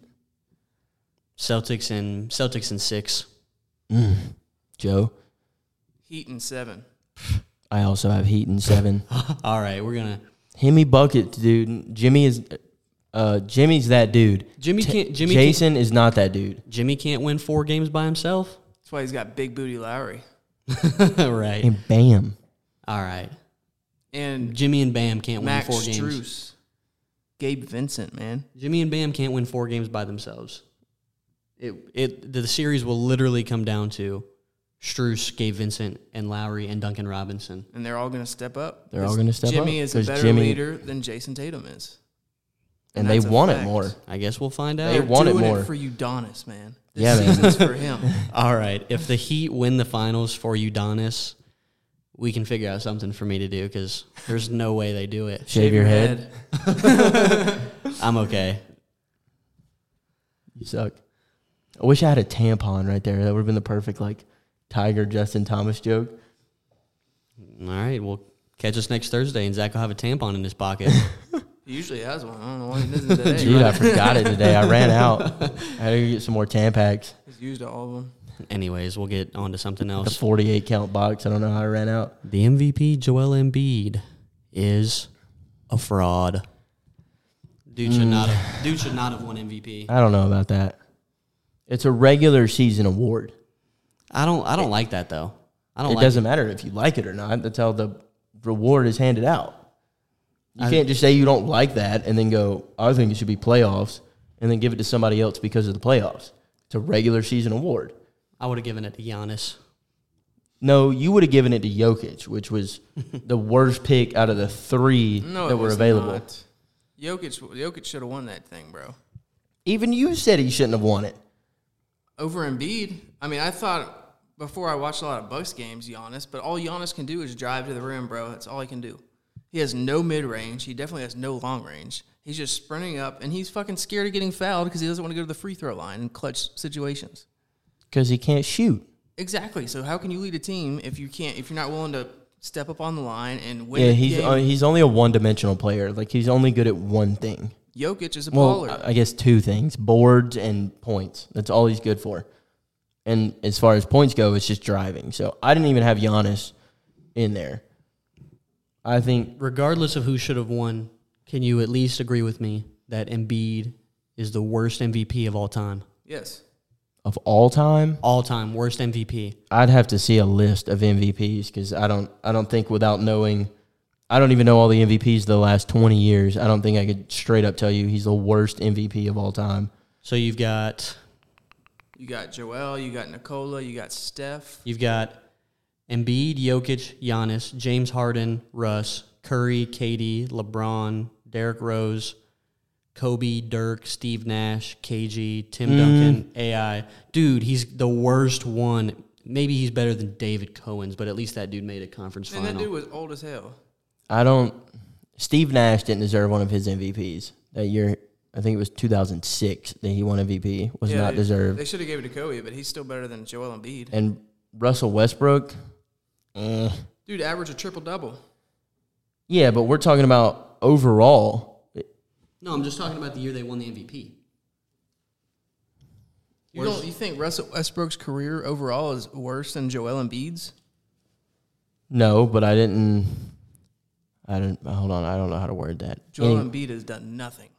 [SPEAKER 2] Celtics and Celtics in 6.
[SPEAKER 1] Mm. Joe,
[SPEAKER 3] Heat and seven.
[SPEAKER 1] I also have Heat in seven.
[SPEAKER 2] [LAUGHS] All right, we're going to
[SPEAKER 1] Hemi buckets, dude. Jimmy is, uh, Jimmy's that dude.
[SPEAKER 2] Jimmy
[SPEAKER 1] Ta-
[SPEAKER 2] can't Jimmy can't-
[SPEAKER 1] Jason is not that dude.
[SPEAKER 2] Jimmy can't win 4 games by himself. [LAUGHS]
[SPEAKER 3] That's why he's got big booty Lowry
[SPEAKER 2] right.
[SPEAKER 1] And bam,
[SPEAKER 2] All right.
[SPEAKER 3] and
[SPEAKER 2] Jimmy and Bam can't
[SPEAKER 3] Max
[SPEAKER 2] win four games.
[SPEAKER 3] Struess, Gabe Vincent, man.
[SPEAKER 2] Jimmy and Bam can't win four games by themselves. It it the series will literally come down to Struess, Gabe Vincent, and Lowry and Duncan Robinson.
[SPEAKER 3] And they're all going to step up.
[SPEAKER 1] They're all
[SPEAKER 3] 'Cause
[SPEAKER 1] gonna step up,
[SPEAKER 3] Jimmy is a
[SPEAKER 1] 'cause
[SPEAKER 3] better
[SPEAKER 1] Jimmy-
[SPEAKER 3] leader than Jason Tatum is.
[SPEAKER 1] and, they
[SPEAKER 3] that's a
[SPEAKER 1] want it
[SPEAKER 3] fact.
[SPEAKER 1] more.
[SPEAKER 2] I guess we'll find
[SPEAKER 1] They
[SPEAKER 2] out.
[SPEAKER 3] They're
[SPEAKER 1] want it
[SPEAKER 3] doing
[SPEAKER 1] more.
[SPEAKER 3] for Udonis, man. This
[SPEAKER 1] Yeah, man.
[SPEAKER 3] season's for him.
[SPEAKER 2] All right. If the Heat win the finals for Udonis, we can figure out something for me to do because there's no way they do it.
[SPEAKER 1] Shave, your head.
[SPEAKER 2] I'm okay.
[SPEAKER 1] You suck. I wish I had a tampon right there. That would have been the perfect like Tiger Justin Thomas joke.
[SPEAKER 2] All right. Well, catch us next Thursday, and Zach will have a tampon in
[SPEAKER 1] [LAUGHS]
[SPEAKER 2] his pocket.
[SPEAKER 3] He usually has one. I don't know why he doesn't today.
[SPEAKER 1] Dude, I forgot it today. I ran [LAUGHS] out. I had to go get some more Tampax.
[SPEAKER 3] He's used all of them.
[SPEAKER 2] Anyways, we'll get on to something
[SPEAKER 1] The
[SPEAKER 2] else.
[SPEAKER 1] 48 count box. I don't know how I ran out.
[SPEAKER 2] The MVP, Joel Embiid, is a fraud. Mm. Dude should not have. Dude should not have won MVP.
[SPEAKER 1] I don't know about that. It's a regular season award.
[SPEAKER 2] I don't. I don't like that though. I don't.
[SPEAKER 1] It
[SPEAKER 2] like
[SPEAKER 1] doesn't matter if you like it or not. That's how the reward is handed out. You
[SPEAKER 2] I-
[SPEAKER 1] can't just say you don't like that and then go, I think it should be playoffs, and then give it to somebody else because of the playoffs. It's a regular season award.
[SPEAKER 2] I would have given it to Giannis.
[SPEAKER 1] No, you would have given it to Jokic, which was the worst pick out of the three
[SPEAKER 3] No,
[SPEAKER 1] that
[SPEAKER 3] it
[SPEAKER 1] were
[SPEAKER 3] was
[SPEAKER 1] available.
[SPEAKER 3] Not. Jokic, Jokic should have won that thing, bro.
[SPEAKER 1] Even you said he shouldn't have won it.
[SPEAKER 3] Over Embiid. I mean, I thought before I watched a lot of Bucks games, Giannis, but all Giannis can do is drive to the rim, bro. That's all he can do. He has no mid range. He definitely has no long range. He's just sprinting up, and he's fucking scared of getting fouled because he doesn't want to go to the free throw line in clutch situations.
[SPEAKER 1] because he can't shoot.
[SPEAKER 3] Exactly. So how can you lead a team if you can't if you're not willing to step up on the line and win?
[SPEAKER 1] Yeah,
[SPEAKER 3] the
[SPEAKER 1] he's
[SPEAKER 3] game?
[SPEAKER 1] uh, he's only a one dimensional player. Like he's only good at one thing.
[SPEAKER 3] Jokic is a
[SPEAKER 1] Well,
[SPEAKER 3] baller.
[SPEAKER 1] I- I guess two things: boards and points. That's all he's good for. And as far as points go, it's just driving. So I didn't even have Giannis in there. I think
[SPEAKER 2] Regardless of who should have won, can you at least agree with me that Embiid is the worst MVP of all time?
[SPEAKER 3] yes.
[SPEAKER 1] of all time,
[SPEAKER 2] All time worst MVP.
[SPEAKER 1] I'd have to see a list of MVPs because I don't. I don't think without knowing, I don't even know all the MVPs of the last twenty years. I don't think I could straight up tell you he's the worst MVP of all time.
[SPEAKER 2] So you've got
[SPEAKER 3] You got Joel, you got Nicola, you got Steph.
[SPEAKER 2] You've got Embiid, Jokic, Giannis, James Harden, Russ, Curry, KD, LeBron, Derrick Rose, Kobe, Dirk, Steve Nash, KG, Tim Duncan, AI. Dude, he's the worst one. Maybe he's better than David Cohen's, but at least that dude made a conference
[SPEAKER 3] And that dude
[SPEAKER 2] final.
[SPEAKER 3] was old as hell.
[SPEAKER 1] I don't. Steve Nash didn't deserve one of his MVPs that year. I think it was 2006 that he won MVP. Was
[SPEAKER 3] Yeah,
[SPEAKER 1] not
[SPEAKER 3] they-
[SPEAKER 1] deserved.
[SPEAKER 3] They should have gave it to Kobe, but he's still better than Joel Embiid.
[SPEAKER 1] and Russell Westbrook. eh.
[SPEAKER 3] Dude, average a triple double.
[SPEAKER 1] Yeah, but we're talking about overall.
[SPEAKER 2] No, I'm just talking about the year they won the MVP.
[SPEAKER 3] You don't you think Russell Westbrook's career overall is worse than Joel Embiid's?
[SPEAKER 1] No, but I didn't. uh, I didn't. Hold on. I don't know how to word that.
[SPEAKER 3] Joel
[SPEAKER 1] Any-
[SPEAKER 3] Embiid has done nothing.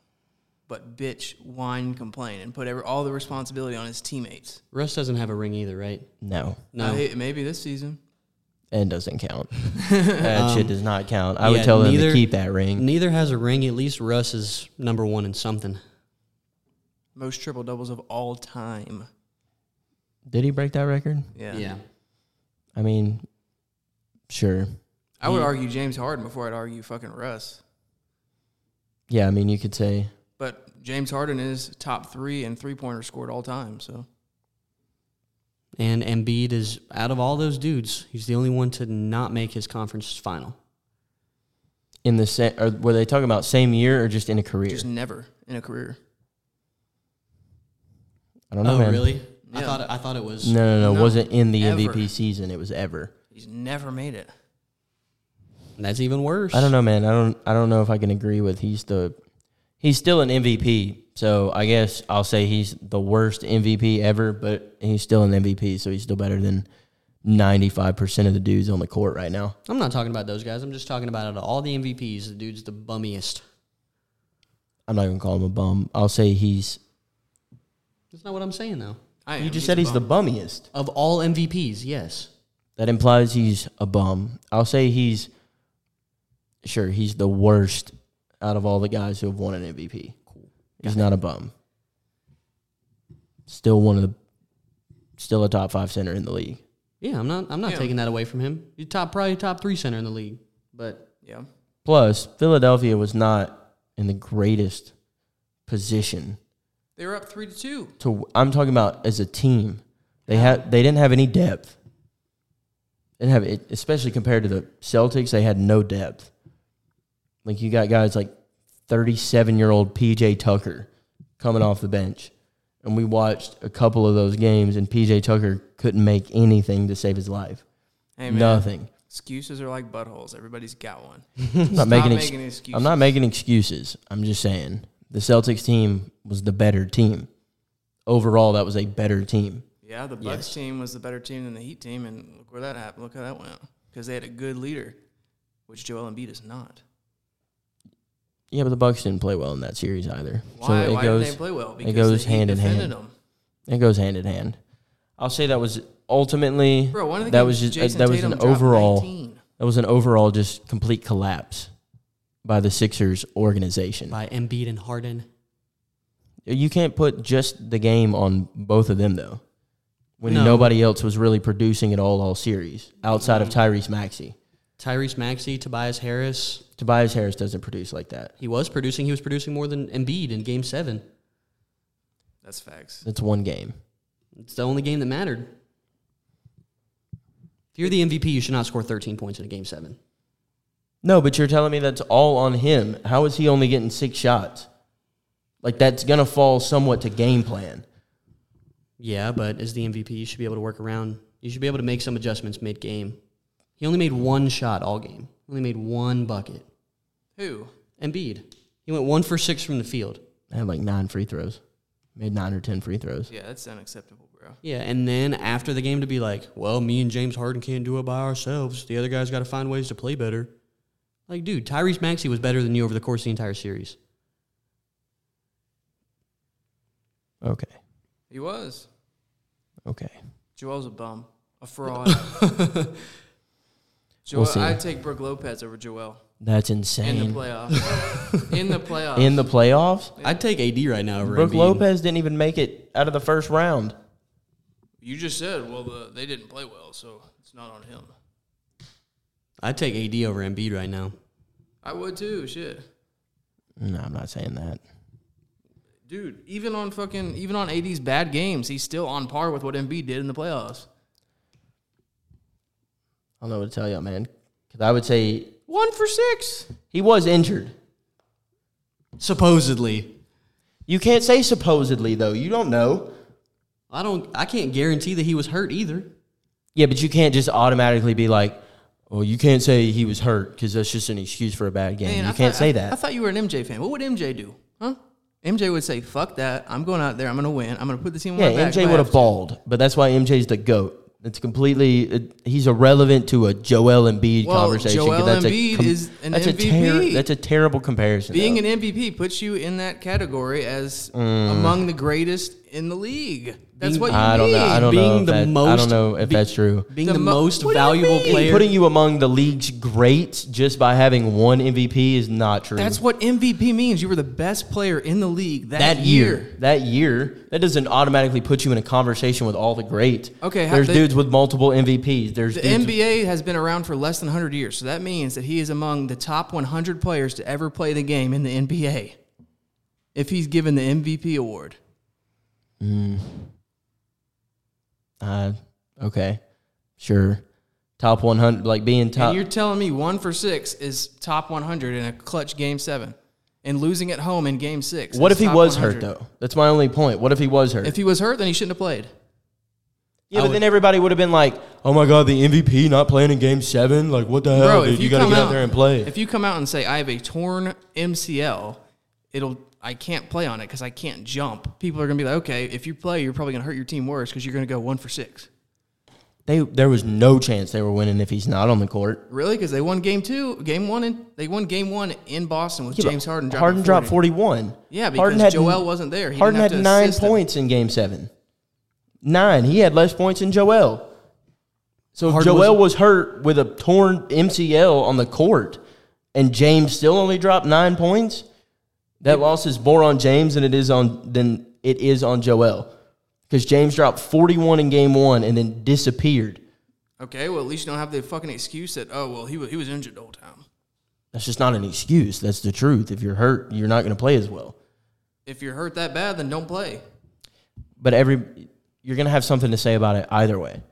[SPEAKER 3] but bitch, whine, complain, and put every, all the responsibility on his teammates.
[SPEAKER 2] Russ doesn't have a ring either, right?
[SPEAKER 1] No,
[SPEAKER 2] No.
[SPEAKER 3] Uh, hey, maybe this season.
[SPEAKER 1] and doesn't count. that shit does not count. I would
[SPEAKER 2] yeah,
[SPEAKER 1] tell them to
[SPEAKER 2] neither-
[SPEAKER 1] keep that ring.
[SPEAKER 2] Neither has a ring. At least Russ is number one in something.
[SPEAKER 3] Most triple doubles of all time.
[SPEAKER 1] Did he break that record?
[SPEAKER 3] Yeah.
[SPEAKER 1] I mean, sure.
[SPEAKER 3] I would argue James Harden before I'd argue fucking Russ.
[SPEAKER 1] Yeah, I mean, you could say
[SPEAKER 3] But James Harden is top three and three pointer scored all time. So
[SPEAKER 2] And Embiid is out of all those dudes, he's the only one to not make his conference final.
[SPEAKER 1] in the same. Or were they talking about same year or just in a career?
[SPEAKER 3] just never in a career.
[SPEAKER 1] I don't know. Oh, man.
[SPEAKER 2] Oh, I
[SPEAKER 3] Yeah.
[SPEAKER 2] thought I thought it was.
[SPEAKER 1] No, no, no. It
[SPEAKER 3] oh, No,
[SPEAKER 1] wasn't in the
[SPEAKER 3] ever.
[SPEAKER 1] MVP season. It was ever.
[SPEAKER 3] He's never made it.
[SPEAKER 2] That's even worse.
[SPEAKER 1] I don't know, man. I don't. I don't know if I can agree with. He's the. He's still an MVP, so I guess I'll say he's the worst MVP ever. But he's still an MVP, so he's still better than ninety five percent of the dudes on the court right now.
[SPEAKER 2] I'm not talking about those guys. I'm just talking about out of all the MVPs, the dude's the bummiest.
[SPEAKER 1] I'm not gonna call him a bum. I'll say he's.
[SPEAKER 2] That's not what I'm saying though.
[SPEAKER 3] I
[SPEAKER 1] You
[SPEAKER 3] am.
[SPEAKER 1] just said
[SPEAKER 3] a
[SPEAKER 1] he's the
[SPEAKER 3] bum.
[SPEAKER 1] bummiest.
[SPEAKER 2] Of all MVPs, yes.
[SPEAKER 1] That implies he's a bum. I'll say he's. Sure, he's the worst out of all the guys who have won an MVP. Cool. He's not a bum. Still one of the. Still a top five center in the league.
[SPEAKER 2] Yeah, I'm not. I'm not
[SPEAKER 3] Yeah.
[SPEAKER 2] taking that away from him. He's top probably top three center in the league, but
[SPEAKER 3] Yeah.
[SPEAKER 1] Plus, Philadelphia was not in the greatest position
[SPEAKER 3] They were up three to two.
[SPEAKER 1] to. I'm talking about as a team. They had they didn't have any depth. Didn't have it, especially compared to the Celtics. They had no depth. Like you got guys like 37 year old PJ Tucker coming off the bench, and we watched a couple of those games, and PJ Tucker couldn't make anything to save his life.
[SPEAKER 3] Hey man.
[SPEAKER 1] Nothing.
[SPEAKER 3] Excuses are like buttholes. Everybody's got one.
[SPEAKER 1] [LAUGHS] I'm not making ex-
[SPEAKER 3] making excuses.
[SPEAKER 1] I'm not making excuses. I'm just saying the Celtics team was the better team. Overall, that was a better team.
[SPEAKER 3] Yeah, the Bucks team was the better team than the Heat team, and look where that happened. Look how that went because they had a good leader, which Joel Embiid is not.
[SPEAKER 1] Yeah, but the Bucks didn't play well in that series either.
[SPEAKER 3] Why?
[SPEAKER 1] so it
[SPEAKER 3] why
[SPEAKER 1] goes
[SPEAKER 3] didn't they play well? Because
[SPEAKER 1] goes
[SPEAKER 3] the Heat
[SPEAKER 1] hand in hand.
[SPEAKER 3] defended Them.
[SPEAKER 1] it goes hand in hand. I'll say that was ultimately
[SPEAKER 3] Bro, one of the
[SPEAKER 1] that
[SPEAKER 3] games,
[SPEAKER 1] was just uh,
[SPEAKER 3] Jason
[SPEAKER 1] that was
[SPEAKER 3] Tatum
[SPEAKER 1] an
[SPEAKER 3] dropped
[SPEAKER 1] overall
[SPEAKER 3] 19.
[SPEAKER 1] that was an overall just complete collapse by the Sixers organization.
[SPEAKER 2] by Embiid and Harden,
[SPEAKER 1] You can't put just the game on both of them though. When
[SPEAKER 2] No.
[SPEAKER 1] nobody else was really producing at all all series outside of Tyrese Maxey.
[SPEAKER 2] Tyrese Maxey, Tobias Harris.
[SPEAKER 1] Tobias Harris doesn't produce like that.
[SPEAKER 2] He was producing. He was producing more than Embiid in Game Seven.
[SPEAKER 3] That's facts.
[SPEAKER 1] That's one game.
[SPEAKER 2] It's the only game that mattered. If you're the MVP, you should not score 13 points in a Game Seven.
[SPEAKER 1] No, but you're telling me that's all on him. How is he only getting six shots? Like that's gonna fall somewhat to game plan.
[SPEAKER 2] Yeah, but as the MVP, you should be able to work around. You should be able to make some adjustments mid game. He only made one shot all game. Only made one bucket.
[SPEAKER 3] Who?
[SPEAKER 2] Embiid. He went one for six from the field.
[SPEAKER 1] I had like nine free throws. Made nine or ten free throws.
[SPEAKER 3] Yeah, that's unacceptable, bro.
[SPEAKER 2] Yeah, and then after the game to be like, well, me and James Harden can't do it by ourselves. The other guys got to find ways to play better. Like, dude, Tyrese Maxey was better than you over the course of the entire series.
[SPEAKER 1] Okay.
[SPEAKER 3] He was.
[SPEAKER 1] Okay.
[SPEAKER 3] Joel's a bum, a [LAUGHS] fraud. Joel,
[SPEAKER 1] see.
[SPEAKER 3] I take Brooke Lopez over Joel
[SPEAKER 1] That's
[SPEAKER 3] in
[SPEAKER 1] insane.
[SPEAKER 3] the playoffs. [LAUGHS] in the playoffs.
[SPEAKER 1] In the playoffs?
[SPEAKER 2] I'd take AD right now over
[SPEAKER 1] Brooke
[SPEAKER 2] Embiid.
[SPEAKER 1] Lopez didn't even make it out of the first round.
[SPEAKER 3] you just said, well, the, they didn't play well, so it's not on him.
[SPEAKER 2] I'd take AD over Embiid right now.
[SPEAKER 3] I would too. Shit.
[SPEAKER 1] No, I'm not saying that.
[SPEAKER 3] Dude, even on fucking even on AD's bad games, he's still on par with what Embiid did in the playoffs.
[SPEAKER 1] I don't know what to tell y'all, man. Because I would say
[SPEAKER 3] One for six.
[SPEAKER 1] he was injured.
[SPEAKER 2] Supposedly.
[SPEAKER 1] You can't say supposedly though. You don't know.
[SPEAKER 2] I don't. I can't guarantee that he was hurt either.
[SPEAKER 1] Yeah, but you can't just automatically be like, "Well, you can't say he was hurt because that's just an excuse for a bad game."
[SPEAKER 3] Man,
[SPEAKER 1] you
[SPEAKER 3] I
[SPEAKER 1] can't
[SPEAKER 3] thought-
[SPEAKER 1] say
[SPEAKER 3] I-
[SPEAKER 1] that.
[SPEAKER 3] I thought you were an MJ fan. What would MJ do? Huh? MJ would say, "Fuck that! I'm going out there. I'm going to win. I'm going to put the team on my
[SPEAKER 1] yeah,
[SPEAKER 3] back."
[SPEAKER 1] MJ
[SPEAKER 3] My
[SPEAKER 1] would have
[SPEAKER 3] abs-
[SPEAKER 1] balled, but that's why MJ's the goat. It's completely. It, he's irrelevant to a Joel Embiid
[SPEAKER 3] Well,
[SPEAKER 1] conversation. 'cause
[SPEAKER 3] Joel
[SPEAKER 1] a
[SPEAKER 3] Embiid is an
[SPEAKER 1] that's A
[SPEAKER 3] MVP.
[SPEAKER 1] that's a terrible comparison.
[SPEAKER 3] Being
[SPEAKER 1] though.
[SPEAKER 3] an MVP puts you in that category as among the greatest in the league. That's what you
[SPEAKER 1] Mm. I don't
[SPEAKER 3] need.
[SPEAKER 1] know. I don't
[SPEAKER 2] Being
[SPEAKER 1] know. If
[SPEAKER 2] the
[SPEAKER 1] that, I
[SPEAKER 2] most-
[SPEAKER 1] don't know if
[SPEAKER 2] be-
[SPEAKER 1] that's true.
[SPEAKER 2] Being
[SPEAKER 3] The
[SPEAKER 2] the,
[SPEAKER 3] mo-
[SPEAKER 2] most
[SPEAKER 3] What do you
[SPEAKER 2] valuable
[SPEAKER 3] mean?
[SPEAKER 2] player.
[SPEAKER 1] Putting you among the league's greats just by having one MVP is not true.
[SPEAKER 3] That's what MVP means. You were the best player in the league that,
[SPEAKER 1] that year. That year, that doesn't automatically put you in a conversation with all the greats.
[SPEAKER 3] Okay, how-
[SPEAKER 1] there's
[SPEAKER 3] they-
[SPEAKER 1] dudes with multiple MVPs. There's
[SPEAKER 3] The
[SPEAKER 1] dudes,
[SPEAKER 3] NBA has been around for less than 100 years, so that means that he is among the top 100 players to ever play the game in the NBA. If he's given the MVP award,
[SPEAKER 1] Uh, okay, sure. Top 100, like being
[SPEAKER 3] and
[SPEAKER 1] top.
[SPEAKER 3] you're telling me one for six is top 100 in a clutch game seven, and losing at home in game six.
[SPEAKER 1] What
[SPEAKER 3] is
[SPEAKER 1] if he
[SPEAKER 3] top
[SPEAKER 1] was
[SPEAKER 3] 100.
[SPEAKER 1] hurt though? That's my only point. What if he was hurt?
[SPEAKER 3] If he was hurt, then he shouldn't have played.
[SPEAKER 1] yeah,
[SPEAKER 2] I
[SPEAKER 1] but
[SPEAKER 2] would-
[SPEAKER 1] then everybody would have been like, "Oh my God, the MVP not playing in Game Seven? Like, what the hell,
[SPEAKER 3] Bro,
[SPEAKER 1] dude?
[SPEAKER 3] if
[SPEAKER 1] You,
[SPEAKER 3] you,
[SPEAKER 1] got to
[SPEAKER 3] come
[SPEAKER 1] get
[SPEAKER 3] out
[SPEAKER 1] out there and play."
[SPEAKER 3] If you come out and say I have a torn MCL, it'll I can't play on it because I can't jump. People are gonna be like, okay, if you play, you're probably gonna hurt your team worse because you're gonna go one for six.
[SPEAKER 1] they there was no chance they were winning if he's not on the court.
[SPEAKER 3] Really? Because they won game two, game one, and they won game one in Boston with
[SPEAKER 1] Yeah, but
[SPEAKER 3] James Harden. dropping
[SPEAKER 1] Harden dropped 41.
[SPEAKER 3] Yeah, because
[SPEAKER 1] Harden
[SPEAKER 3] Joel wasn't there. He
[SPEAKER 1] Harden
[SPEAKER 3] didn't
[SPEAKER 1] had
[SPEAKER 3] have to
[SPEAKER 1] nine
[SPEAKER 3] assist him.
[SPEAKER 1] points in Game Seven. Nine. He had less points than Joel. So if
[SPEAKER 2] Harden
[SPEAKER 1] Joel was hurt with a torn MCL on the court, and James still only dropped nine points. That loss is more on James than it is on than it is on Joel, because James dropped 41 in Game One and then disappeared.
[SPEAKER 3] Okay, well at least you don't have the fucking excuse that oh well he was, he was injured the whole time.
[SPEAKER 1] That's just not an excuse. That's the truth. If you're hurt, you're not going to play as well.
[SPEAKER 3] If you're hurt that bad, then don't play.
[SPEAKER 1] but every you're gonna have something to say about it either way.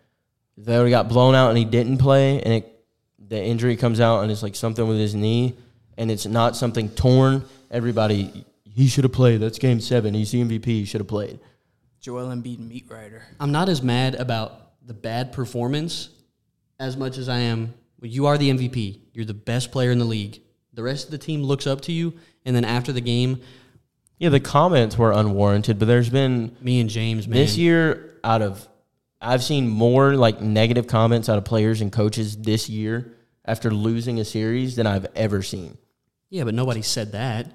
[SPEAKER 1] If they would got blown out and he didn't play, and it the injury comes out and it's like something with his knee, and it's not something torn. Everybody, he should have played. That's game seven. He's the MVP. He should have played.
[SPEAKER 3] Joel Embiid, meat rider.
[SPEAKER 2] I'm not as mad about the bad performance as much as I am. well, You are the MVP. You're the best player in the league. The rest of the team looks up to you, and then after the game,
[SPEAKER 1] Yeah, the comments were unwarranted, but there's been
[SPEAKER 2] me and James, man,
[SPEAKER 1] this year out of I've seen more like negative comments out of players and coaches this year after losing a series than I've ever seen.
[SPEAKER 2] yeah, but nobody said that.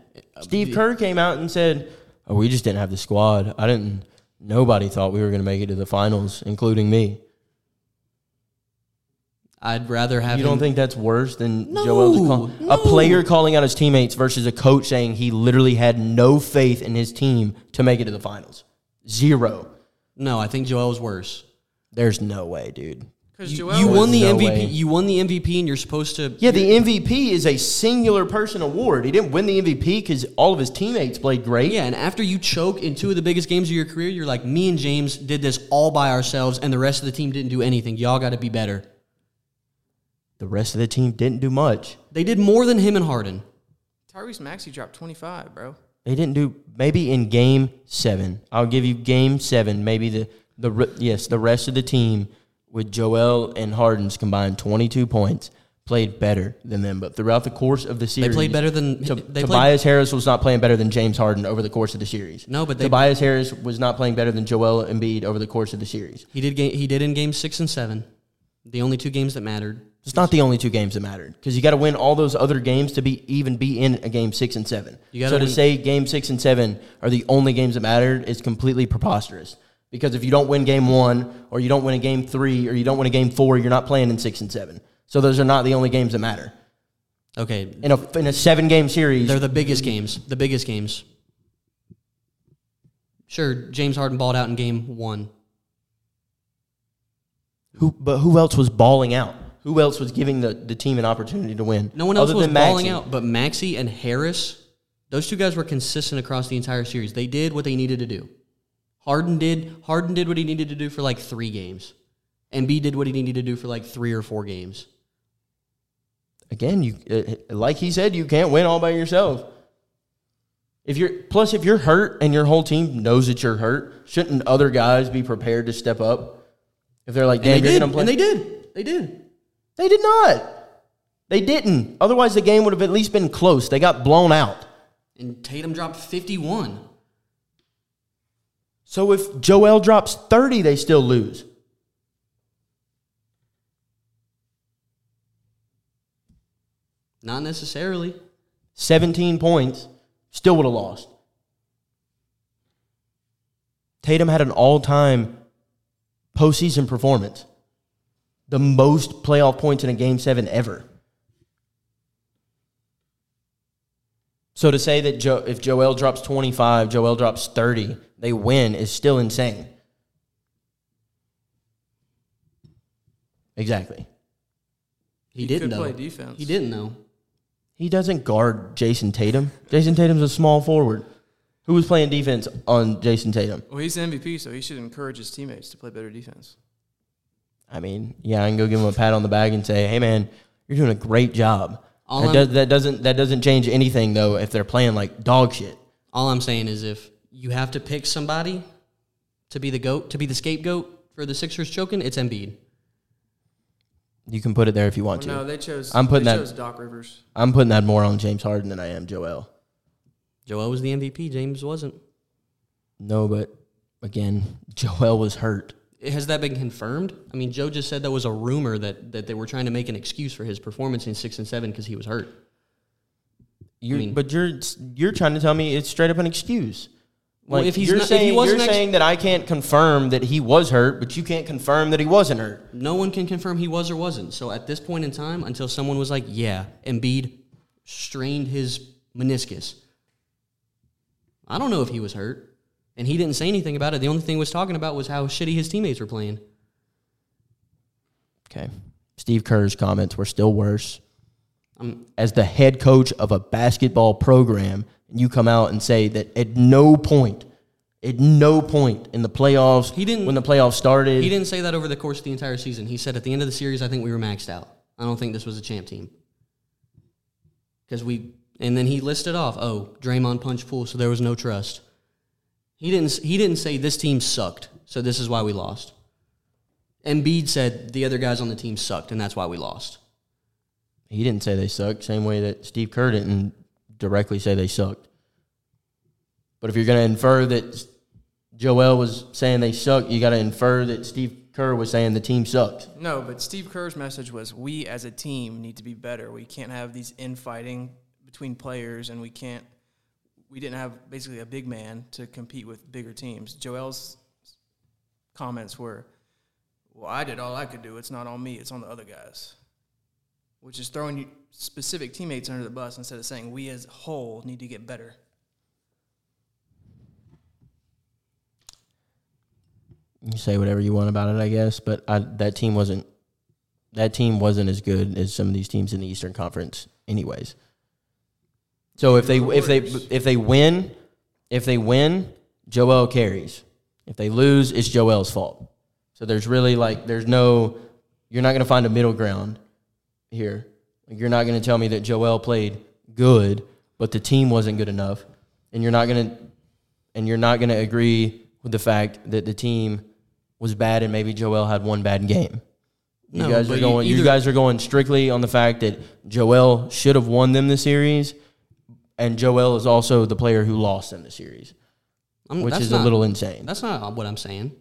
[SPEAKER 1] Steve Kerr came out and said, "Oh, we just didn't have the squad. I didn't. Nobody thought we were going to make it to the finals, including me.
[SPEAKER 2] I'd rather have
[SPEAKER 1] You don't
[SPEAKER 2] him-
[SPEAKER 1] think that's worse than
[SPEAKER 2] No,
[SPEAKER 1] Joel's call?
[SPEAKER 2] no.
[SPEAKER 1] A player calling out his teammates versus a coach saying he literally had no faith in his team to make it to the finals. Zero.
[SPEAKER 2] No, I think Joel was worse.
[SPEAKER 1] There's no way, dude.
[SPEAKER 3] Because
[SPEAKER 2] You,
[SPEAKER 3] Joel,
[SPEAKER 2] you
[SPEAKER 3] was-
[SPEAKER 2] won the
[SPEAKER 1] no
[SPEAKER 2] MVP.
[SPEAKER 1] way.
[SPEAKER 2] You won the MVP, and you're supposed to.
[SPEAKER 1] Yeah, the MVP is a singular person award. He didn't win the MVP because all of his teammates played great.
[SPEAKER 2] Yeah, and after you choke in two of the biggest games of your career, you're like, me and James did this all by ourselves, and the rest of the team didn't do anything. Y'all got to be better.
[SPEAKER 1] The rest of the team didn't do much.
[SPEAKER 2] They did more than him and Harden.
[SPEAKER 3] Tyrese Maxey dropped 25, bro.
[SPEAKER 1] They didn't do maybe in game seven. I'll give you game seven. Maybe the the re- yes the rest of the team with Joel and Harden's combined twenty two points played better than them. But throughout the course of the series,
[SPEAKER 2] played better than-
[SPEAKER 1] To-
[SPEAKER 2] they played-
[SPEAKER 1] Tobias Harris was not playing better than James Harden over the course of the series.
[SPEAKER 2] No, but they-
[SPEAKER 1] Tobias Harris was not playing better than Joel Embiid over the course of the series.
[SPEAKER 2] He did. Game, he did in game six and seven, the only two games that mattered.
[SPEAKER 1] It's not the only two games that mattered because you got to win all those other games to be even be in a game six and seven.
[SPEAKER 2] You gotta
[SPEAKER 1] so to
[SPEAKER 2] win-
[SPEAKER 1] say game six and seven are the only games that mattered is completely preposterous because if you don't win game one or you don't win a game three or you don't win a game four, you're not playing in six and seven. So those are not the only games that matter
[SPEAKER 2] Okay,
[SPEAKER 1] in a in a seven game series.
[SPEAKER 2] they're the biggest games. The biggest games. Sure, James Harden balled out in game one.
[SPEAKER 1] who but who else was balling out? Who else was giving the, the team an opportunity to win?
[SPEAKER 2] No one else
[SPEAKER 1] other
[SPEAKER 2] was
[SPEAKER 1] than Maxey?
[SPEAKER 2] balling out, but Maxi and Harris. Those two guys were consistent across the entire series. They did what they needed to do. Harden did. Harden did what he needed to do for like three games. Embiid did what he needed to do for like three or four games.
[SPEAKER 1] again, you uh, like he said, you can't win all by yourself. If you're plus, if you're hurt and your whole team knows that you're hurt, shouldn't other guys be prepared to step up? If they're like, damn,
[SPEAKER 2] And they
[SPEAKER 1] you're
[SPEAKER 2] did.
[SPEAKER 1] gonna play,
[SPEAKER 2] And they did. They did.
[SPEAKER 1] they did not. They didn't. Otherwise, the game would have at least been close. They got blown out.
[SPEAKER 2] And Tatum dropped fifty-one.
[SPEAKER 1] So if Joel drops thirty, they still lose.
[SPEAKER 2] Not necessarily.
[SPEAKER 1] 17 points, still would have lost. Tatum had an all time postseason performance, the most playoff points in a game seven ever. So to say that jo- if Joel drops 25, Joel drops 30, they win is still insane. Exactly.
[SPEAKER 2] He, didn't
[SPEAKER 3] could
[SPEAKER 2] though.
[SPEAKER 3] play defense.
[SPEAKER 2] He didn't though.
[SPEAKER 1] He doesn't guard Jason Tatum. Jason Tatum's a small forward. Who was playing defense on Jason Tatum?
[SPEAKER 3] Well, he's the MVP, so he should encourage his teammates to play better defense.
[SPEAKER 1] I mean, yeah, I can go give him a pat on the back and say, "Hey, man, you're doing a great job."
[SPEAKER 2] All
[SPEAKER 1] That,
[SPEAKER 2] I'm-
[SPEAKER 1] does, that doesn't that doesn't change anything though if they're playing like dog shit.
[SPEAKER 2] All I'm saying is if you have to pick somebody to be the goat, to be the scapegoat for the Sixers choking, it's Embiid.
[SPEAKER 1] You can put it there if you want
[SPEAKER 3] Well,
[SPEAKER 1] to.
[SPEAKER 3] no, they chose.
[SPEAKER 1] I'm putting
[SPEAKER 3] they
[SPEAKER 1] that-
[SPEAKER 3] chose Doc Rivers.
[SPEAKER 1] I'm putting that more on James Harden than I am Joel.
[SPEAKER 2] Joel was the MVP. James wasn't.
[SPEAKER 1] No, but again, [LAUGHS] Joel was hurt.
[SPEAKER 2] Has that been confirmed? I mean, Joe just said that was a rumor that, that they were trying to make an excuse for his performance in six and seven because he was hurt.
[SPEAKER 1] You,
[SPEAKER 2] mean-
[SPEAKER 1] but you're you're trying to tell me it's straight up an excuse. Like
[SPEAKER 2] Well, if he's
[SPEAKER 1] you're
[SPEAKER 2] not- if he
[SPEAKER 1] saying,
[SPEAKER 2] wasn't
[SPEAKER 1] you're
[SPEAKER 2] ex-
[SPEAKER 1] saying that I can't confirm that he was hurt, but you can't confirm that he wasn't hurt.
[SPEAKER 2] No one can confirm he was or wasn't. So at this point in time, until someone was like, "Yeah, Embiid strained his meniscus," I don't know if he was hurt, and he didn't say anything about it. The only thing he was talking about was how shitty his teammates were playing.
[SPEAKER 1] Okay. Steve Kerr's comments were still worse.
[SPEAKER 2] Um,
[SPEAKER 1] As the head coach of a basketball program, and you come out and say that at no point, at no point in the playoffs,
[SPEAKER 2] He didn't-
[SPEAKER 1] when the playoffs started,
[SPEAKER 2] He didn't say that over the course of the entire season. He said at the end of the series, "I think we were maxed out. I don't think this was a champ team." Because we, and then he listed off, "Oh, Draymond punched pool, so there was no trust." He didn't. He didn't say this team sucked, so this is why we lost. Embiid said the other guys on the team sucked, and that's why we lost.
[SPEAKER 1] he didn't say they sucked, same way that Steve Kerr didn't directly say they sucked. But if you're going to infer that Joel was saying they sucked, you got to infer that Steve Kerr was saying the team sucked.
[SPEAKER 3] No, but Steve Kerr's message was: we as a team need to be better. We can't have these infighting between players, and we can't. We didn't have basically a big man to compete with bigger teams. Joel's comments were, "Well, I did all I could do. It's not on me. It's on the other guys," which is throwing you- specific teammates under the bus instead of saying we as a whole need to get better.
[SPEAKER 1] you say whatever you want about it, I guess. But I, that team wasn't that team wasn't as good as some of these teams in the Eastern Conference, anyways. So if they if they if they win, if they win, Joel carries. If they lose, it's Joel's fault. So there's really like there's no you're not going to find a middle ground here. Like, You're not going to tell me that Joel played good, but the team wasn't good enough, and you're not going to and you're not going to agree with the fact that the team was bad and maybe Joel had one bad game. You
[SPEAKER 2] No,
[SPEAKER 1] guys
[SPEAKER 2] but
[SPEAKER 1] are
[SPEAKER 2] you-
[SPEAKER 1] going. you
[SPEAKER 2] either-
[SPEAKER 1] guys are going strictly on the fact that Joel should have won them the series, and Joel is also the player who lost them the series,
[SPEAKER 2] I'm,
[SPEAKER 1] which
[SPEAKER 2] that's
[SPEAKER 1] is
[SPEAKER 2] not,
[SPEAKER 1] a little insane.
[SPEAKER 2] That's not what I'm saying.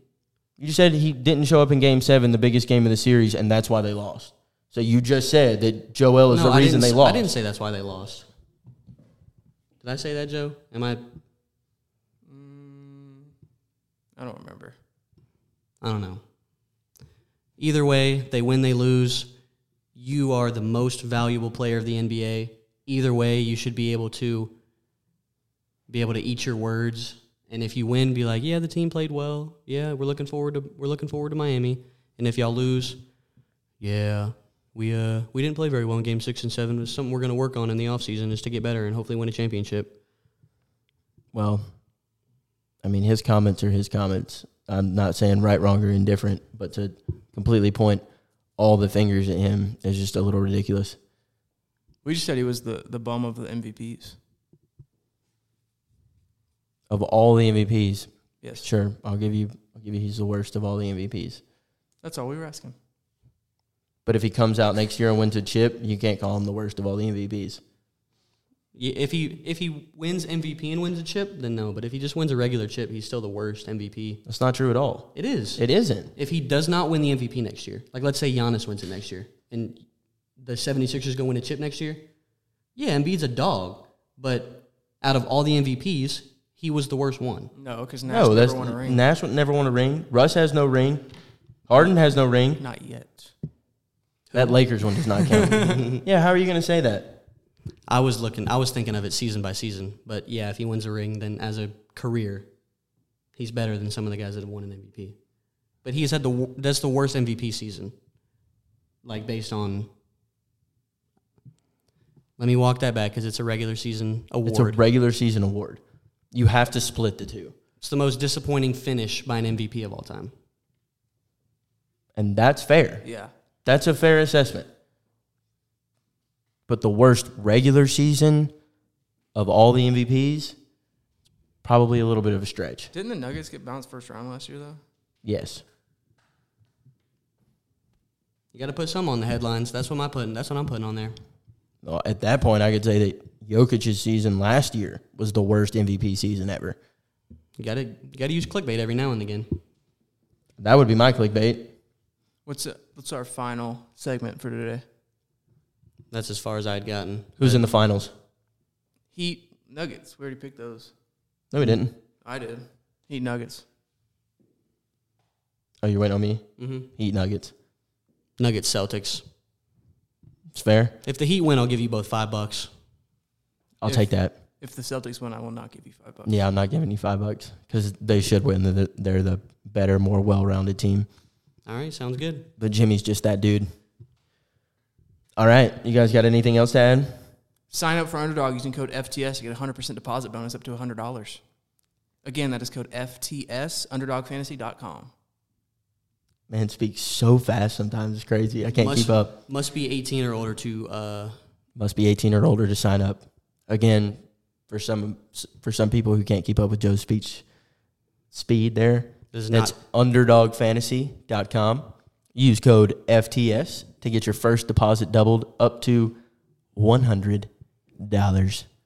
[SPEAKER 1] You said he didn't show up in Game Seven, the biggest game of the series, and that's why they lost. So you just said that Joel is
[SPEAKER 2] no,
[SPEAKER 1] the
[SPEAKER 2] I
[SPEAKER 1] reason
[SPEAKER 2] didn't
[SPEAKER 1] they
[SPEAKER 2] s-
[SPEAKER 1] lost.
[SPEAKER 2] I didn't say that's why they lost. Did I say that, Joe? Am I?
[SPEAKER 3] Mm, I don't remember.
[SPEAKER 2] I don't know. Either way, they win, they lose. You are the most valuable player of the NBA. Either way, you should be able to be able to eat your words. And if you win, be like, yeah, the team played well. Yeah, we're looking forward to we're looking forward to Miami. And if y'all lose, yeah, we uh we didn't play very well in game six and seven. It's something we're gonna work on in the offseason is to get better and hopefully win a championship.
[SPEAKER 1] Well, I mean, his comments are his comments. I'm not saying right, wrong, or indifferent, but to completely point all the fingers at him is just a little ridiculous.
[SPEAKER 3] We just said he was the the bum of the MVPs.
[SPEAKER 1] Of all the MVPs,
[SPEAKER 3] Yes,
[SPEAKER 1] sure, I'll give you, I'll give you, he's the worst of all the MVPs.
[SPEAKER 3] that's all we were asking.
[SPEAKER 1] But if he comes out next year and wins a chip, you can't call him the worst of all the MVPs.
[SPEAKER 2] Y- If he if he wins MVP and wins a chip, then no. But if he just wins a regular chip, he's still the worst MVP.
[SPEAKER 1] That's not true at all.
[SPEAKER 2] It is.
[SPEAKER 1] It isn't.
[SPEAKER 2] if he does not win the MVP next year, like let's say Giannis wins it next year, and the 76ers go win a chip next year, Yeah, Embiid's a dog, but out of all the MVPs, he was the worst one.
[SPEAKER 3] No, because Nash
[SPEAKER 1] No, that's
[SPEAKER 3] never won a ring.
[SPEAKER 1] Nash would never won a ring. Russ has no ring. Harden has no ring.
[SPEAKER 3] Not yet.
[SPEAKER 1] That Lakers one does not count.
[SPEAKER 3] [LAUGHS]
[SPEAKER 1] yeah, how are you going to say that?
[SPEAKER 2] I was looking, I was thinking of it season by season, but yeah, if he wins a ring, then as a career, he's better than some of the guys that have won an MVP. But he's had the wo- that's the worst MVP season, like based on. Let me walk that back because it's a regular season award.
[SPEAKER 1] It's a regular season award. You have to split the two.
[SPEAKER 2] It's the most disappointing finish by an MVP of all time.
[SPEAKER 1] And that's fair.
[SPEAKER 3] Yeah.
[SPEAKER 1] That's a fair assessment. But the worst regular season of all the MVPs, probably a little bit of a stretch.
[SPEAKER 3] Didn't the Nuggets get bounced first round last year though?
[SPEAKER 1] Yes.
[SPEAKER 2] You got to put some on the headlines. That's what I'm putting. That's what I'm putting on there.
[SPEAKER 1] Well, at that point, I could say that Jokic's season last year was the worst MVP season ever.
[SPEAKER 2] You got to you got to use clickbait every now and again.
[SPEAKER 1] That would be my clickbait.
[SPEAKER 3] What's uh what's our final segment for today?
[SPEAKER 2] That's as far as I'd gotten.
[SPEAKER 1] Who's in the finals?
[SPEAKER 3] Heat Nuggets. We already picked those.
[SPEAKER 1] No, we didn't.
[SPEAKER 3] I did. Heat Nuggets.
[SPEAKER 1] Oh, you're waiting on me?
[SPEAKER 2] hmm
[SPEAKER 1] Heat Nuggets.
[SPEAKER 2] Nuggets Celtics.
[SPEAKER 1] It's fair.
[SPEAKER 2] If the Heat win, I'll give you both five bucks.
[SPEAKER 1] I'll
[SPEAKER 3] If-
[SPEAKER 1] take that.
[SPEAKER 3] If the Celtics win, I will not give you five bucks.
[SPEAKER 1] Yeah, I'm not giving you five bucks because they should win. They're the, they're the better, more well rounded team.
[SPEAKER 2] All right, sounds good.
[SPEAKER 1] But Jimmy's just that dude. All right. You guys got anything else to add?
[SPEAKER 3] Sign up for Underdog using code FTS to get a hundred percent deposit bonus up to hundred dollars. Again, that is code FTS UnderdogFantasy.com.
[SPEAKER 1] Man speaks so fast sometimes. It's crazy. I can't
[SPEAKER 2] Must-
[SPEAKER 1] keep up.
[SPEAKER 2] Must be 18 or older to uh,
[SPEAKER 1] Must be 18 or older to sign up. Again, for some for some people who can't keep up with Joe's speech speed there,
[SPEAKER 2] this is
[SPEAKER 1] That's
[SPEAKER 2] not
[SPEAKER 1] underdogfantasy.com. Use code FTS to get your first deposit doubled up to $100.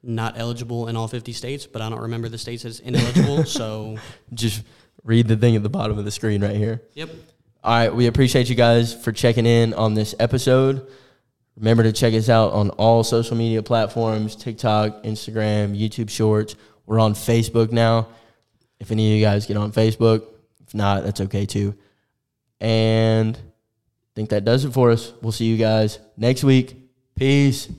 [SPEAKER 2] not eligible in all 50 states, but I don't remember the states that's ineligible. so,
[SPEAKER 1] Just read the thing at the bottom of the screen right here.
[SPEAKER 2] yep.
[SPEAKER 1] All right, we appreciate you guys for checking in on this episode. Remember to check us out on all social media platforms TikTok, Instagram, YouTube Shorts. We're on Facebook now. If any of you guys get on Facebook, if not, that's okay too. And I think that does it for us. We'll see you guys next week. Peace.